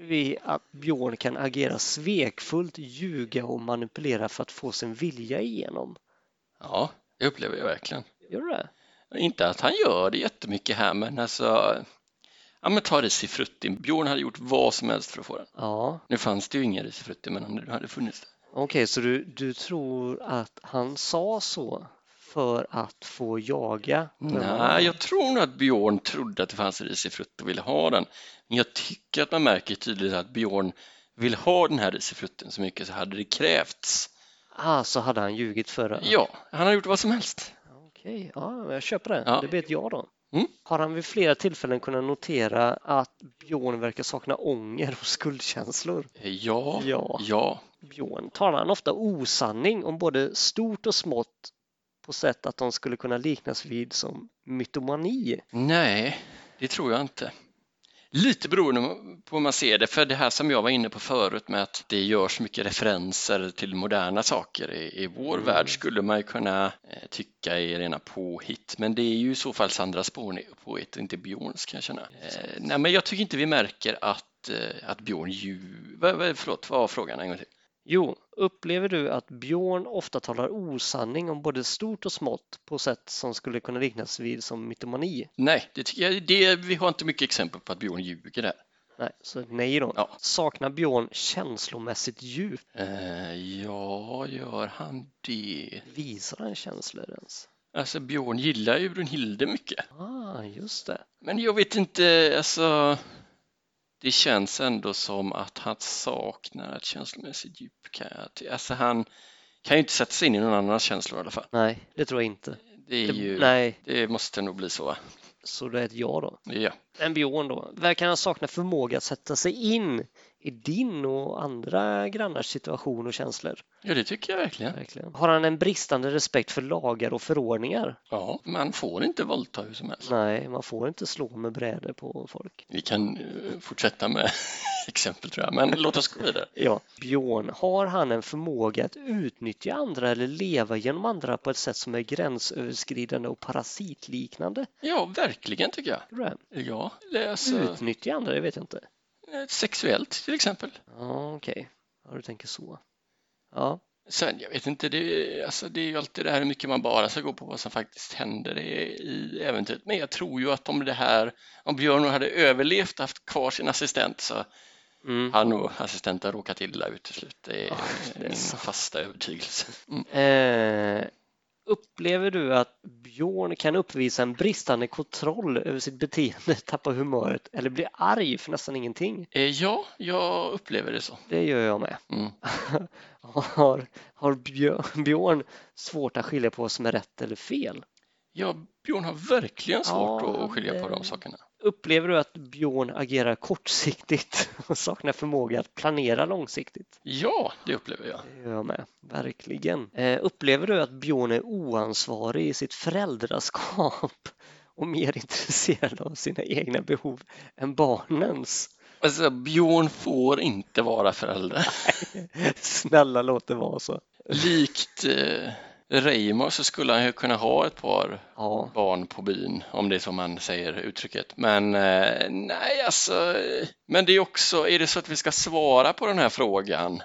vi att Björn kan agera svekfullt, ljuga och manipulera för att få sin vilja igenom?
ja, det upplever jag verkligen.
Gör du det?
Inte att han gör det jättemycket här, men alltså. Ja, men ta risifrutti. Björn hade gjort vad som helst för att få den.
Ja,
Nu fanns det ju ingen risifrutti, men det hade funnits. det.
okej, så du, du tror att han sa så för att få jaga?
Nej, jag tror nog att Björn trodde att det fanns risifrutti och ville ha den. Men jag tycker att man märker tydligt att Björn vill ha den här risifrutten så mycket så hade det krävts.
Ah, så hade han ljugit för att...
Ja, han har gjort vad som helst.
Okej, ja, men jag köper det.
Ja.
Det blir ett ja då.
Mm.
Har han vid flera tillfällen kunnat notera att Björn verkar sakna ånger och skuldkänslor?
Ja,
Ja.
ja.
Björn talar han ofta osanning om både stort och smått på sätt att de skulle kunna liknas vid som mytomani.
Nej, det tror jag inte. Lite beroende på hur man ser det, för det här som jag var inne på förut med att det görs mycket referenser till moderna saker i, i vår värld skulle man ju kunna eh, tycka är rena påhitt, men det är ju i så fall Sandras påne- påhitt och inte Björns kan jag känna. Eh, nej, men jag tycker inte vi märker att, eh, att Björn ljuger. Förlåt, vad var frågan en gång till?
Jo, upplever du att Björn ofta talar osanning om både stort och smått på sätt som skulle kunna liknas vid som mytomani?
Nej, det tycker jag, det, vi har inte mycket exempel på att Björn ljuger där.
Nej, så ett nej då.
Ja.
Saknar Björn känslomässigt djup?
Eh, ja, gör han det?
Visar han känslor ens?
Alltså Björn gillar ju Brunhilde mycket.
Ah, just det.
Men jag vet inte, alltså. Det känns ändå som att han saknar ett känslomässigt djup. Kan jag, ty- alltså han kan ju inte sätta sig in i någon annans känslor i alla fall.
Nej, det tror jag inte.
Det, är ju,
Nej,
det måste nog bli så. Va?
så det är ett ja då.
Ja.
en Björn då, verkar han sakna förmåga att sätta sig in i din och andra grannars situation och känslor.
ja, det tycker jag verkligen.
Verkligen. Har han en bristande respekt för lagar och förordningar?
Ja, man får inte våldta hur som helst.
Nej, man får inte slå med brädor på folk.
Vi kan eh, fortsätta med exempel tror jag, men låt oss gå vidare.
Ja. Björn, har han en förmåga att utnyttja andra eller leva genom andra på ett sätt som är gränsöverskridande och parasitliknande?
Ja, verkligen tycker jag.
Tror du det?
Ja, eller alltså,
Utnyttja andra, det vet jag inte.
eh, sexuellt till exempel.
Ja, okej. Ja, du tänker så. Ja,
Sen, jag vet inte, det, alltså, det är ju alltid det här hur mycket man bara ska gå på vad som faktiskt händer i, i äventyret. Men jag tror ju att om det här, om Björn nog hade överlevt och haft kvar sin assistent så
mm.
hade nog assistenten råkat illa ut till slut. Det är
Ah, det är
min
sant.
fasta övertygelse. Mm.
Eh, upplever du att Björn kan uppvisa en bristande kontroll över sitt beteende, tappa humöret eller bli arg för nästan ingenting?
Eh, Ja, jag upplever det så.
Det gör jag med.
Mm.
har har Björn, Björn svårt att skilja på vad som är rätt eller fel?
Ja, Björn har verkligen svårt
Ja,
att skilja på
det-
de sakerna.
Upplever du att Björn agerar kortsiktigt och saknar förmåga att planera långsiktigt?
Ja, det upplever jag.
Det gör jag med, verkligen. Eh, upplever du att Björn är oansvarig i sitt föräldraskap och mer intresserad av sina egna behov än barnens?
Alltså, Björn får inte vara förälder.
Snälla låt det vara så.
Likt eh, Reimar så skulle han ju kunna ha ett par
Ja,
barn på byn, om det är som man säger uttrycket. Men eh, nej, alltså, eh, men det är också, är det så att vi ska svara på den här frågan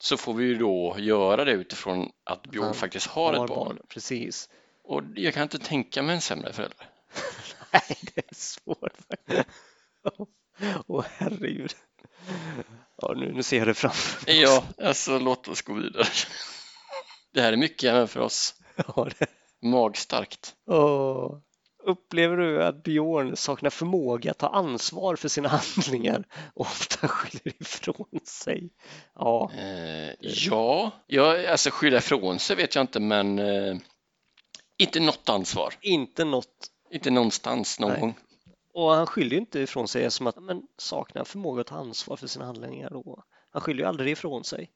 så får vi ju då göra det utifrån att Björn
han
faktiskt har ett barn.
Precis.
Och jag kan inte tänka mig en sämre förälder.
Nej, det är svårt. Åh, Åh herregud. Ja, nu, nu ser jag det framför mig.
Ja, alltså låt oss gå vidare. Det här är mycket även för oss.
Ja, det-
Magstarkt.
Åh. Upplever du att Björn saknar förmåga att ta ansvar för sina handlingar och ofta skyller ifrån sig? Ja,
Eh, ja, jag, alltså skylla ifrån sig vet jag inte, men eh, inte något ansvar.
inte något.
Inte någonstans någon
Nej.
gång.
Och han skyller ju inte ifrån sig som att men saknar förmåga att ta ansvar för sina handlingar. Då. Han skyller ju aldrig ifrån sig.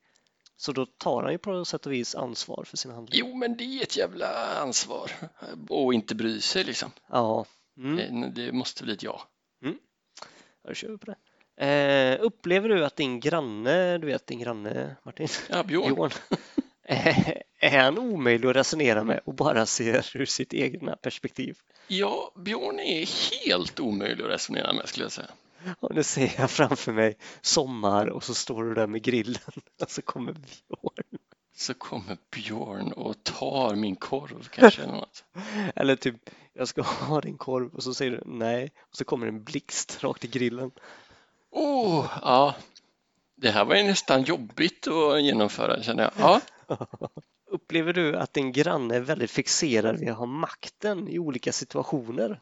Så då tar han ju på sätt och vis ansvar för sina handlingar.
Jo, men det är ett jävla ansvar och inte bry sig liksom.
Ja, mm.
Det, det måste bli ett ja.
då kör vi på det. Eh, upplever du att din granne, du vet din granne Martin?
Ja, Björn.
Johan. Är- Är han omöjlig att resonera med och bara ser ur sitt egna perspektiv?
Ja, Björn är helt omöjlig att resonera med skulle jag säga.
Och nu ser jag framför mig sommar och så står du där med grillen och så kommer Björn.
Så kommer Björn och tar min korv kanske eller något.
Eller typ, jag ska ha din korv och så säger du nej och så kommer en blixt rakt i grillen.
Oh, ja. Det här var ju nästan jobbigt att genomföra känner jag. Ja,
Upplever du att din granne är väldigt fixerad vid att ha makten i olika situationer?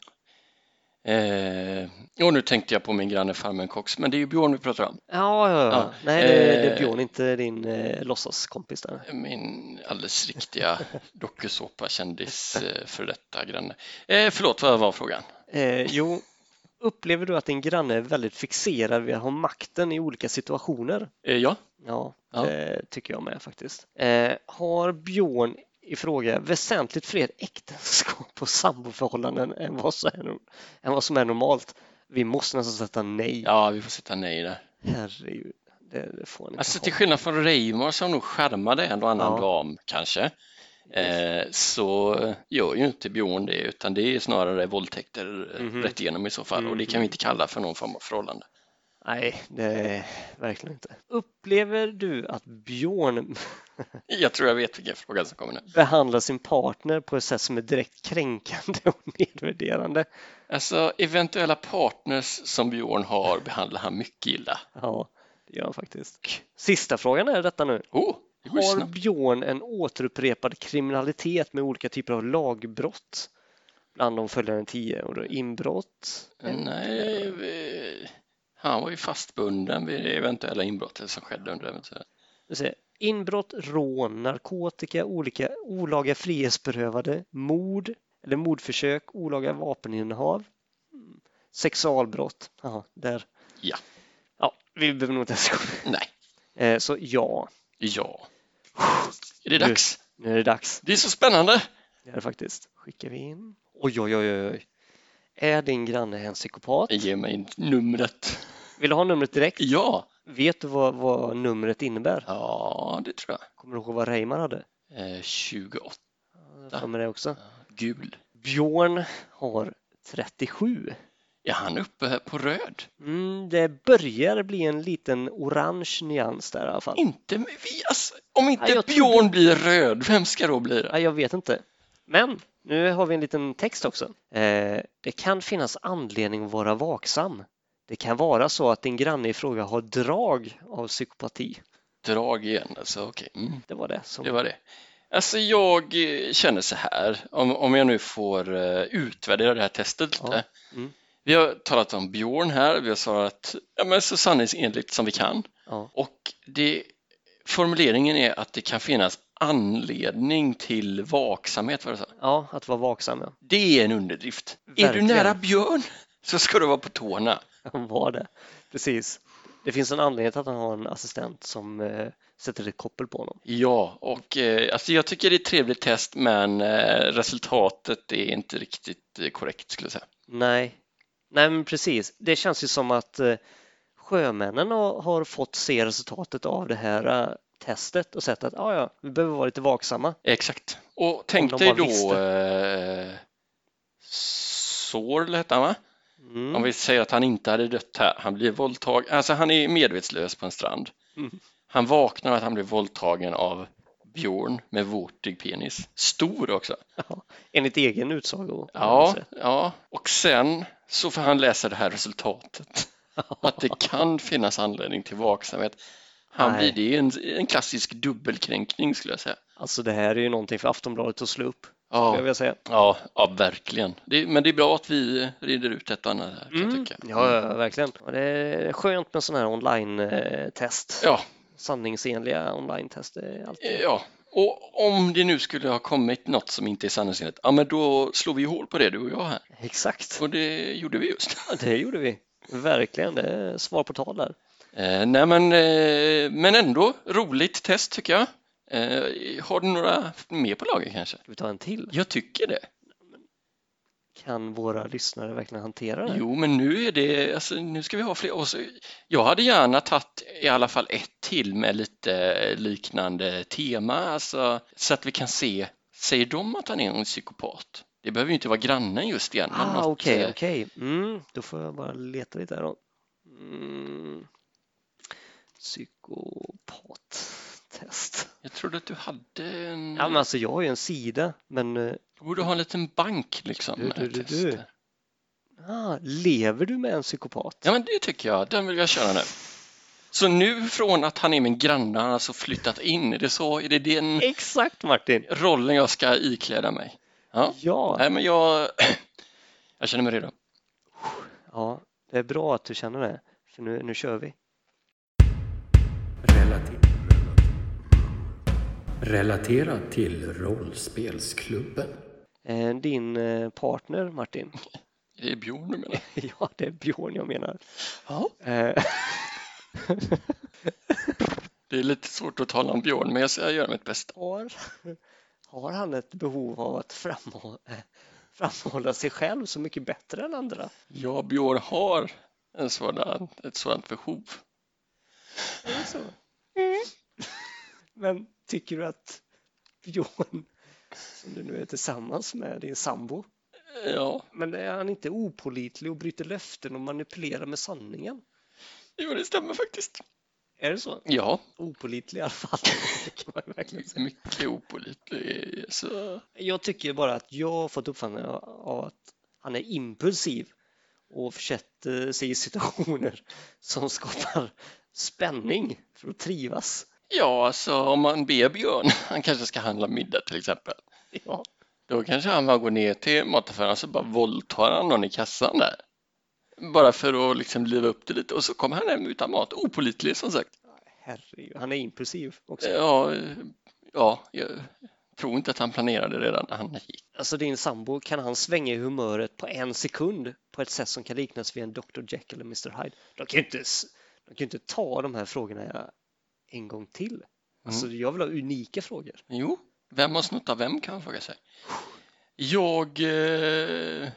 eh, och nu tänkte jag på min granne Farmen Cox, men det är ju Björn vi pratar om.
Ja, ja,
Ja,
ja. Nej, det, det
eh.
är Björn, inte din eh, låtsaskompis där.
Min alldeles riktiga dokusåpa kändis eh, för detta granne. Eh, förlåt, vad var frågan?
Eh, jo, upplever du att din granne är väldigt fixerad vid att ha makten i olika situationer?
Eh, ja.
Ja,
Ja.
det tycker jag med faktiskt. Eh, har Björn i fråga väsentligt fler äktenskap och samboförhållanden än vad, som är, no- än vad som är normalt? Vi måste nästan sätta nej.
Ja, vi får sätta nej där.
Herregud, det, det får ni
Alltså
inte
till
ha.
skillnad från Reimar som nog charmade en och annan
Ja.
dam kanske, eh, så gör ju inte Björn det utan det är snarare våldtäkter eh,
Mhm.
rätt igenom i så fall och det kan vi inte kalla för någon form av förhållande.
Nej, det är verkligen inte. Upplever du att Björn
Jag tror jag vet vilken fråga som kommer nu.
behandlar sin partner på ett sätt som är direkt kränkande och nedvärderande?
Alltså eventuella partners som Björn har behandlar han mycket illa.
Ja, det gör han faktiskt. Sista frågan är detta nu.
Oh, det går ju
Har
snabbt.
Björn en återupprepad kriminalitet med olika typer av lagbrott? Bland de följande tio och då inbrott.
Nej, vi... han var ju fastbunden vid det eventuella inbrottet som skedde under äventyret.
Vi ser Inbrott, rån, narkotika, olika olaga frihetsberövade, mord eller mordförsök, olaga vapeninnehav, mm, sexualbrott. Jaha, där.
Ja.
Ja, vi behöver nog inte ens gå.
Nej,
Eh, Så ja,
ja. Är det
Nu-
dags?
nu är det dags.
Det är så spännande.
Det är det faktiskt. Skickar vi in. Oj, oj, oj, oj, oj. Är din granne en psykopat?
Ge mig numret.
Vill du ha numret direkt?
Ja,
Vet du vad, vad numret innebär?
ja det tror jag.
Kommer du ihåg vad Reimar hade?
Eh, 28,
Jag har med det också.
gul.
Björn har 37.
Är han uppe här på röd?
Mm, det börjar bli en liten orange nyans där i alla fall.
Inte med, vi, alltså, om inte
Nej, jag
Björn blir röd, vem ska då bli det?
Ja, jag vet inte. Men nu har vi en liten text också. Eh, det kan finnas anledning att vara vaksam. Det kan vara så att din granne i fråga har drag av psykopati.
Drag igen, alltså okej. Mm,
Det var det som...
det var det. Alltså jag eh, känner så här, om, om jag nu får eh, utvärdera det här testet lite.
Ja, mm.
Vi har talat om Björn här, vi har svarat ja, men så sanningsenligt som vi kan.
Ja.
Och det, formuleringen är att det kan finnas anledning till vaksamhet. Var det, så?
ja, att vara vaksam. Ja.
det är en underdrift. Är du
Verkligen.
nära Björn så ska du vara på tårna.
Han var det. Precis. Det finns en anledning till att han har en assistent som eh, sätter ett koppel på honom.
Ja, och eh, alltså jag tycker det är ett trevligt test men eh, resultatet är inte riktigt eh, korrekt skulle jag säga.
Nej, nej men precis. Det känns ju som att eh, sjömännen har, har fått se resultatet av det här eh, testet och sett att ah, ja, vi behöver vara lite vaksamma.
Exakt. Och tänk
de
dig
bara
då
visste.
eh, Sorl hette han va?
Mm.
Om vi säger att han inte hade dött här, han blir våldtagen, alltså han är medvetslös på en strand.
Mm.
Han vaknar att han blir våldtagen av Björn med våtig penis. Stor också.
Ja. Enligt egen utsago. kan man
Ja,
säga.
ja, och sen så får han läsa det här resultatet. Att det kan finnas anledning till vaksamhet. Han
Nej.
blir, det är en, en klassisk dubbelkränkning skulle jag säga.
Alltså det här är ju någonting för Aftonbladet att slå upp. skulle Jag
Ja,
vill säga.
ja, ja verkligen. Det, men det är bra att vi rider ut ett och annat här kan
Mm.
jag tycka.
Ja, ja, verkligen. Och det är skönt med sådana här online-test.
Ja,
Sanningsenliga online-test. Det är alltid...
ja, och om det nu skulle ha kommit något som inte är sanningsenligt, ja men då slår vi hål på det du och jag här.
Exakt.
Och det gjorde vi just.
Ja, Det gjorde vi. Verkligen. Det är svar på tal där.
Eh, nej men, eh, men ändå roligt test tycker jag. Eh, har du några mer på lager kanske?
Ska vi ta en till?
Jag tycker det.
Kan våra lyssnare verkligen hantera det?
Jo, men nu är det, alltså, nu ska vi ha fler. Och så, jag hade gärna tagit i alla fall ett till med lite liknande tema, alltså, så att vi kan se, säger de att han är en psykopat? Det behöver ju inte vara grannen just igen. men
Ah,
något,
okej,
eh,
okej. Mm, då får jag bara leta lite här då. Mm. Psykopattest.
Jag trodde att du hade en,
Ja, men alltså jag har ju en sida, men eh,
du borde ha en liten bank liksom.
Du,
med
du, du,
tester.
du. ah, lever du med en psykopat?
Ja, men det tycker jag. Den vill jag köra nu. Så nu från att han är min granne, han har alltså flyttat in. Är det så? Är det den
Eh. Exakt Martin!
rollen jag ska ikläda mig? Ja.
Ja,
Nej, men jag, jag känner mig redo.
ja, det är bra att du känner det, för nu, nu kör vi.
Relater- Relatera till rollspelsklubben.
Eh, Din eh, partner Martin,
Det är Björn du menar?
ja det är Björn jag menar.
Ja.
Eh,
Det är lite svårt att tala om Björn, men jag ska göra mitt bästa.
Har, har han ett behov av att framhålla, framhålla sig själv så mycket bättre än andra?
Ja, Björn har en sådan, ett sådant behov.
Är det så? Men tycker du att Björn, som du nu är tillsammans med, din sambo,
Ja,
men är han inte opålitlig och bryter löften och manipulerar med sanningen?
jo, det stämmer faktiskt.
Är det så?
Ja,
Opålitlig i alla fall. Det kan man verkligen säga.
mycket opålitlig. Så...
Jag tycker bara att jag har fått uppfattningen av att han är impulsiv och försätter sig i situationer som skapar spänning för att trivas.
Ja, alltså om man ber Björn, han kanske ska handla middag till exempel.
Ja,
Då kanske han bara går ner till mataffären och så bara våldtar han någon i kassan där. Bara för att liksom liva upp det lite och så kommer han hem utan mat. Opålitlig som sagt.
herregud, han är impulsiv också.
Ja, eh, ja, jag tror inte att han planerade redan när han gick.
Alltså din sambo, kan han svänga i humöret på en sekund på ett sätt som kan liknas vid en Dr Jekyll och Mr Hyde? De kan ju inte, s- de kan ju inte ta de här frågorna en gång
Mm.
till. Alltså jag vill ha unika frågor.
Jo, vem har snott av vem kan man fråga sig. Jag eh,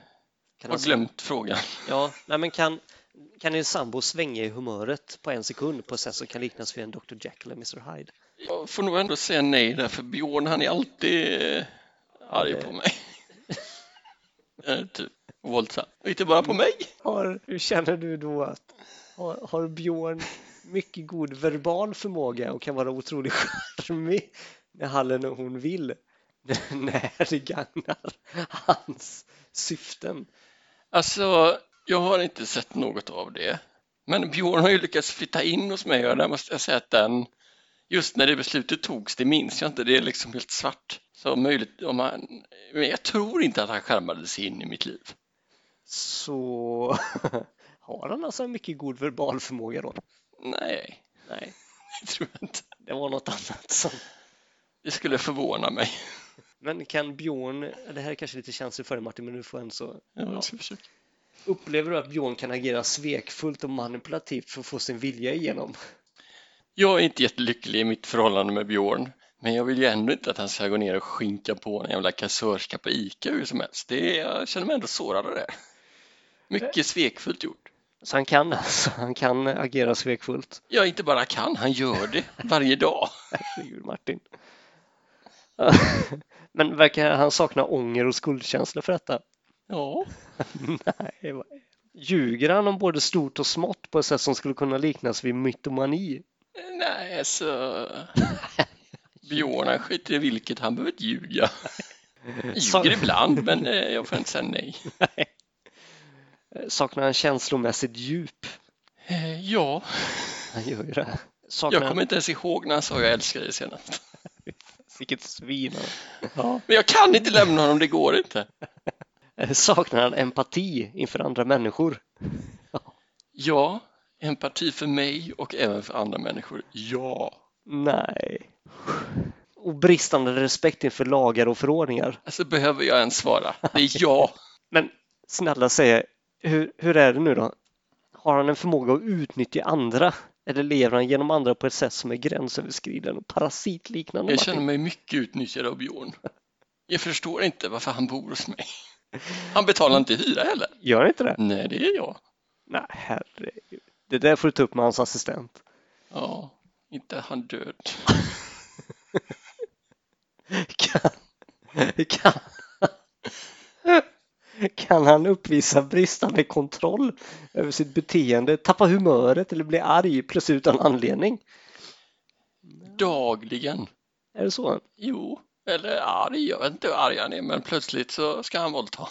Kan han
har glömt frågan.
Ja, nej men kan, kan en sambo svänga i humöret på en sekund på ett sätt som kan liknas vid en Dr Jekyll och Mr Hyde?
Jag får nog ändå säga nej där för Björn han är alltid eh, arg
det-
på mig. Eh, typ våldsam. Och inte
Mm.
bara på mig.
Har, hur känner du då att har, har Björn mycket god verbal förmåga och kan vara otroligt charmig när han eller hon vill? när det gagnar hans syften.
Alltså, jag har inte sett något av det. Men Björn har ju lyckats flytta in hos mig och där måste jag säga att den, just när det beslutet togs, det minns jag inte, det är liksom helt svart. Så möjligt om han, men jag tror inte att han skärmade sig in i mitt liv.
Så har han alltså en mycket god verbal förmåga då?
Nej,
Nej,
det tror jag inte.
det var något annat som
Det skulle förvåna mig.
Men kan Björn, det här är kanske lite känsligt för dig Martin, men nu får jag ändå så.
Ja.
Upplever du att Björn kan agera svekfullt och manipulativt för att få sin vilja igenom?
Jag är inte jättelycklig i mitt förhållande med Björn, men jag vill ju ändå inte att han ska gå ner och skinka på en jävla kassörska på ICA hur som helst. Det, jag känner mig ändå sårad av det. Mycket svekfullt gjort.
Så han kan alltså, han kan agera svekfullt.
Jag inte bara kan, han gör det varje dag.
Herregud Martin. Men verkar han sakna ånger och skuldkänslor för detta?
Ja,
Nej, vad- ljuger han om både stort och smått på ett sätt som skulle kunna liknas vid mytomani?
nej så... Björn han skiter i vilket, han behöver inte ljuga.
Sa-
Ljuger ibland, men eh, jag får inte säga nej.
Eh, Saknar han känslomässigt djup?
Eh, Ja,
Han gör ju det. Saknar
jag
han...
kommer inte ens ihåg när han sa jag älskar dig senast.
Vilket svin.
Men jag kan inte lämna honom, det går inte.
Eh, Saknar han empati inför andra människor?
Ja, empati för mig och även för andra människor. Ja.
Nej. Och bristande respekt inför lagar och förordningar.
Alltså behöver jag ens svara? Det är ja.
Men snälla säg, hur, hur är det nu då? Har han en förmåga att utnyttja andra? Eller lever han genom andra på ett sätt som är gränsöverskridande och parasitliknande?
Jag
Martin?
känner mig mycket utnyttjad av Björn. Jag förstår inte varför han bor hos mig. Han betalar inte hyra heller.
Gör han inte det?
Nej, det är jag.
Nej, herregud. Det där får du ta upp med hans assistent.
Ja, inte är han död.
Kan, kan, kan han uppvisa bristande kontroll över sitt beteende, tappa humöret eller bli arg plötsligt utan anledning?
Dagligen.
Är det så?
Jo, eller arg. Jag vet inte hur arg han är, men plötsligt så ska han våldta.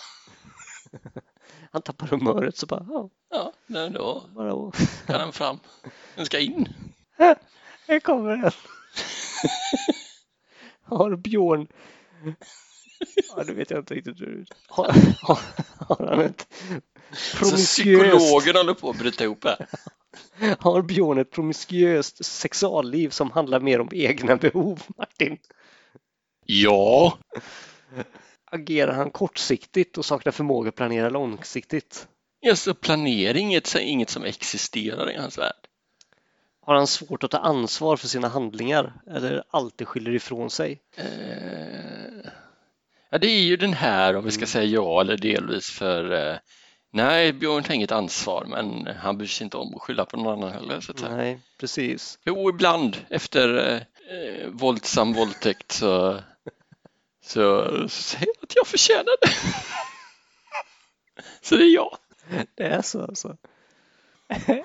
Han tappar humöret så bara, ja,
Ja, men då
bara och.
ska den fram. Den ska in.
Här kommer den. Har Björn... Ja, det vet jag inte riktigt hur Har, har, har han ett
Så
promiskuöst...
psykologen håller på att bryta ihop här.
Har Björn ett promiskuöst sexualliv som handlar mer om egna behov, Martin?
Ja.
Agerar han kortsiktigt och saknar förmåga att planera långsiktigt?
Alltså planering är ett- inget som existerar i hans värld.
Har han svårt att ta ansvar för sina handlingar eller alltid skyller ifrån sig?
Eh, ja, det är ju den här om vi
Mm.
ska säga ja eller delvis för eh, nej, Björn tar inget ansvar men han bryr sig inte om att skylla på någon annan heller. Så att säga.
Nej, precis.
Jo, ibland efter eh, eh, våldsam våldtäkt så, så, så säger han att jag förtjänar det. så det är jag.
Det är så alltså. Är-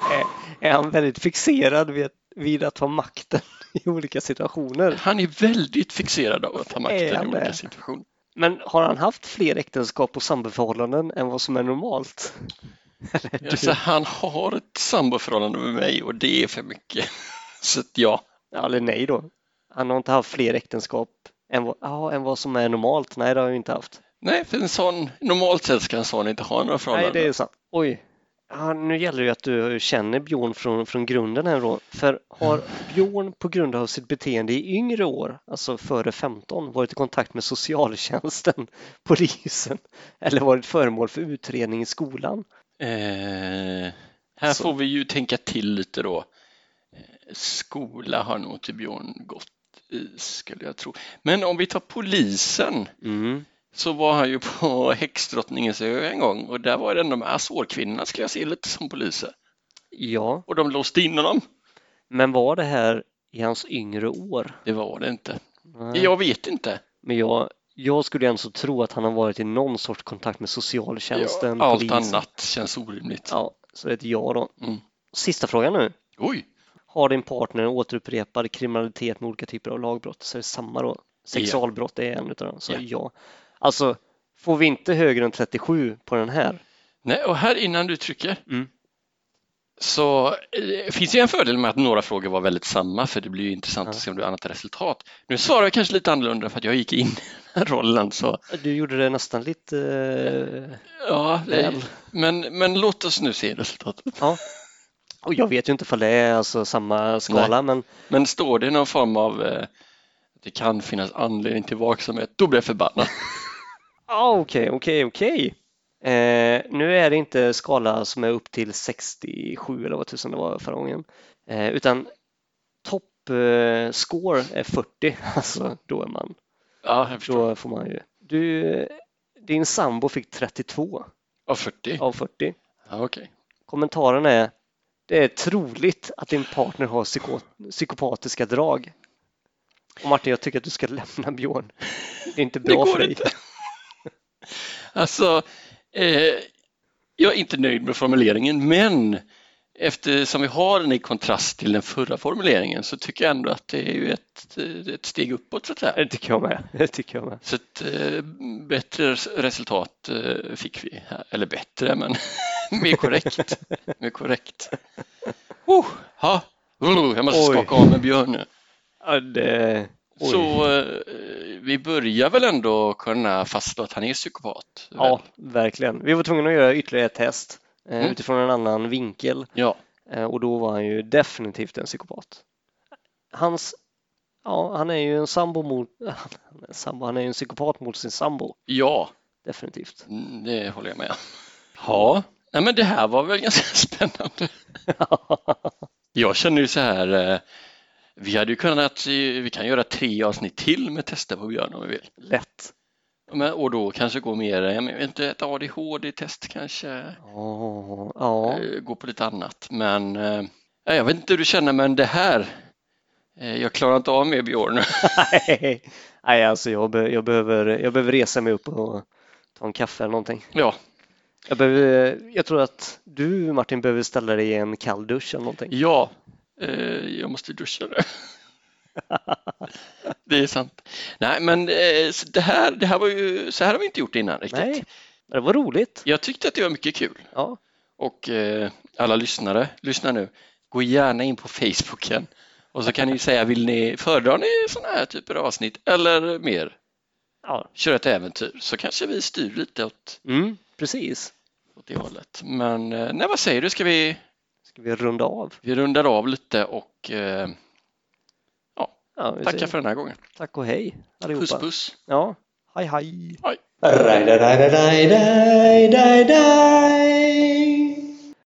är han väldigt fixerad vid, vid att ha makten i olika situationer?
Han är väldigt fixerad av att ha
Är
makten
han
i
det?
olika situationer.
Men har han haft fler äktenskap och samboförhållanden än vad som är normalt? Eller du?
Alltså, han har ett samboförhållande med mig och det är för mycket. så att ja.
Ja, eller nej då. Han har inte haft fler äktenskap än vad, ja, än vad som är normalt. Nej, det har han ju inte haft.
Nej, för en sån, normalt sett ska en sån inte ha några
Nej,
förhållanden.
det är sant. Oj. Ja, nu gäller det ju att du känner Björn från, från grunden här då. För har Björn på grund av sitt beteende i yngre år, alltså före 15, varit i kontakt med socialtjänsten, polisen eller varit föremål för utredning i skolan?
Eh, här
Så.
får vi ju tänka till lite då. Eh, Skola har nog inte Björn gått i, skulle jag tro. Men om vi tar polisen Mm. så var han ju på Häxdrottningens ö en gång och där var det de här sårkvinnorna skulle jag se lite som poliser.
Ja,
Och de låste in honom.
men var det här i hans yngre år?
Det var det inte.
Nej.
Jag vet inte.
Men jag, jag skulle ändå tro att han har varit i någon sorts kontakt med socialtjänsten,
Ja, Allt
polisen.
annat känns orimligt.
Ja, så det är ett ja då.
Mm.
Sista frågan nu.
Oj,
Har din partner återupprepad kriminalitet med olika typer av lagbrott så är det samma då. Sexualbrott är en utav dem, så
Ja.
ja. Alltså, får vi inte högre än 37 på den här?
Mm. Nej, och här innan du trycker
Mm.
så eh, finns det ju en fördel med att några frågor var väldigt samma för det blir ju intressant att se om du har annat resultat. Nu svarar jag kanske lite annorlunda för att jag gick in i den här rollen så
Du gjorde det nästan lite... eh,
ja,
Väl.
Eh, men, men låt oss nu se resultatet.
Ja. Och jag vet ju inte ifall det är alltså samma skala, men
Men står det någon form av eh, att det kan finnas anledning till vaksamhet, då blir jag förbannad.
ah, okej, okej, okej. Eh, nu är det inte skala som är upp till 67 eller vad tusan det var förra gången, eh, utan topp eh, score är 40, alltså då är man
Ja, jag förstår.
Då får man ju. Du, din sambo fick 32
Ja, 40.
av 40.
Ja, okej.
Kommentaren är Det är troligt att din partner har psyko psykopatiska drag. Och Martin, jag tycker att du ska lämna Björn. Det är inte
Det
bra för
går
dig.
inte. Alltså, eh, jag är inte nöjd med formuleringen, men eftersom vi har den i kontrast till den förra formuleringen så tycker jag ändå att det är ju ett, eh, ett steg uppåt så att säga.
Det tycker jag med. Det tycker jag med.
Så ett eh, bättre res- resultat eh, fick vi, här. eller bättre men mer korrekt. mer korrekt. Oh, ha. Oh, jag måste
Oj.
skaka av med Björn nu.
Ja, det... Oj.
Så eh, vi börjar väl ändå kunna fastslå att han är psykopat?
Ja, verkligen. Vi var tvungna att göra ytterligare ett test eh,
Mm.
utifrån en annan vinkel
Ja,
eh, och då var han ju definitivt en psykopat. Hans, ja, han är ju en sambo mot, han är en sambo, han är ju en psykopat mot sin sambo,
ja
definitivt.
mm, det håller jag med om. Ja, nej, men det här var väl ganska spännande. Jag känner ju så här, eh, vi hade ju kunnat, eh, vi kan göra tre avsnitt till med tester på Björn om vi vill.
Lätt.
Men, och då kanske gå mer, eh, jag vet inte, ett ADHD-test kanske,
Åh, ja,
eh, gå på lite annat. Men eh, jag vet inte hur du känner, men det här, eh, jag klarar inte av mer Björn.
nej, nej, alltså jag, be, jag, behöver, jag behöver resa mig upp och ta en kaffe eller någonting.
ja,
Jag, behöver, jag tror att du Martin behöver ställa dig i en kall dusch eller någonting.
ja, eh, jag måste duscha nu. Det är sant. Nej, men eh, så det här, det här var ju, så här har vi inte gjort innan riktigt.
Nej, men det var roligt.
Jag tyckte att det var mycket kul.
Ja.
Och eh, alla lyssnare, lyssna nu. Gå gärna in på Facebooken och så kan ni säga, vill ni, föredrar ni sådana här typer av avsnitt eller mer?
Ja,
Kör ett äventyr så kanske vi styr lite åt,
mm, precis.
åt det hållet. Men eh, nej, vad säger du, ska vi,
Ska vi runda av?
vi rundar av lite och eh,
Ja, vi
tackar
säger
för den här gången.
Tack och hej allihopa.
Puss puss!
Ja, hej hej.
Raj, da, da, da, daj, daj, daj, daj.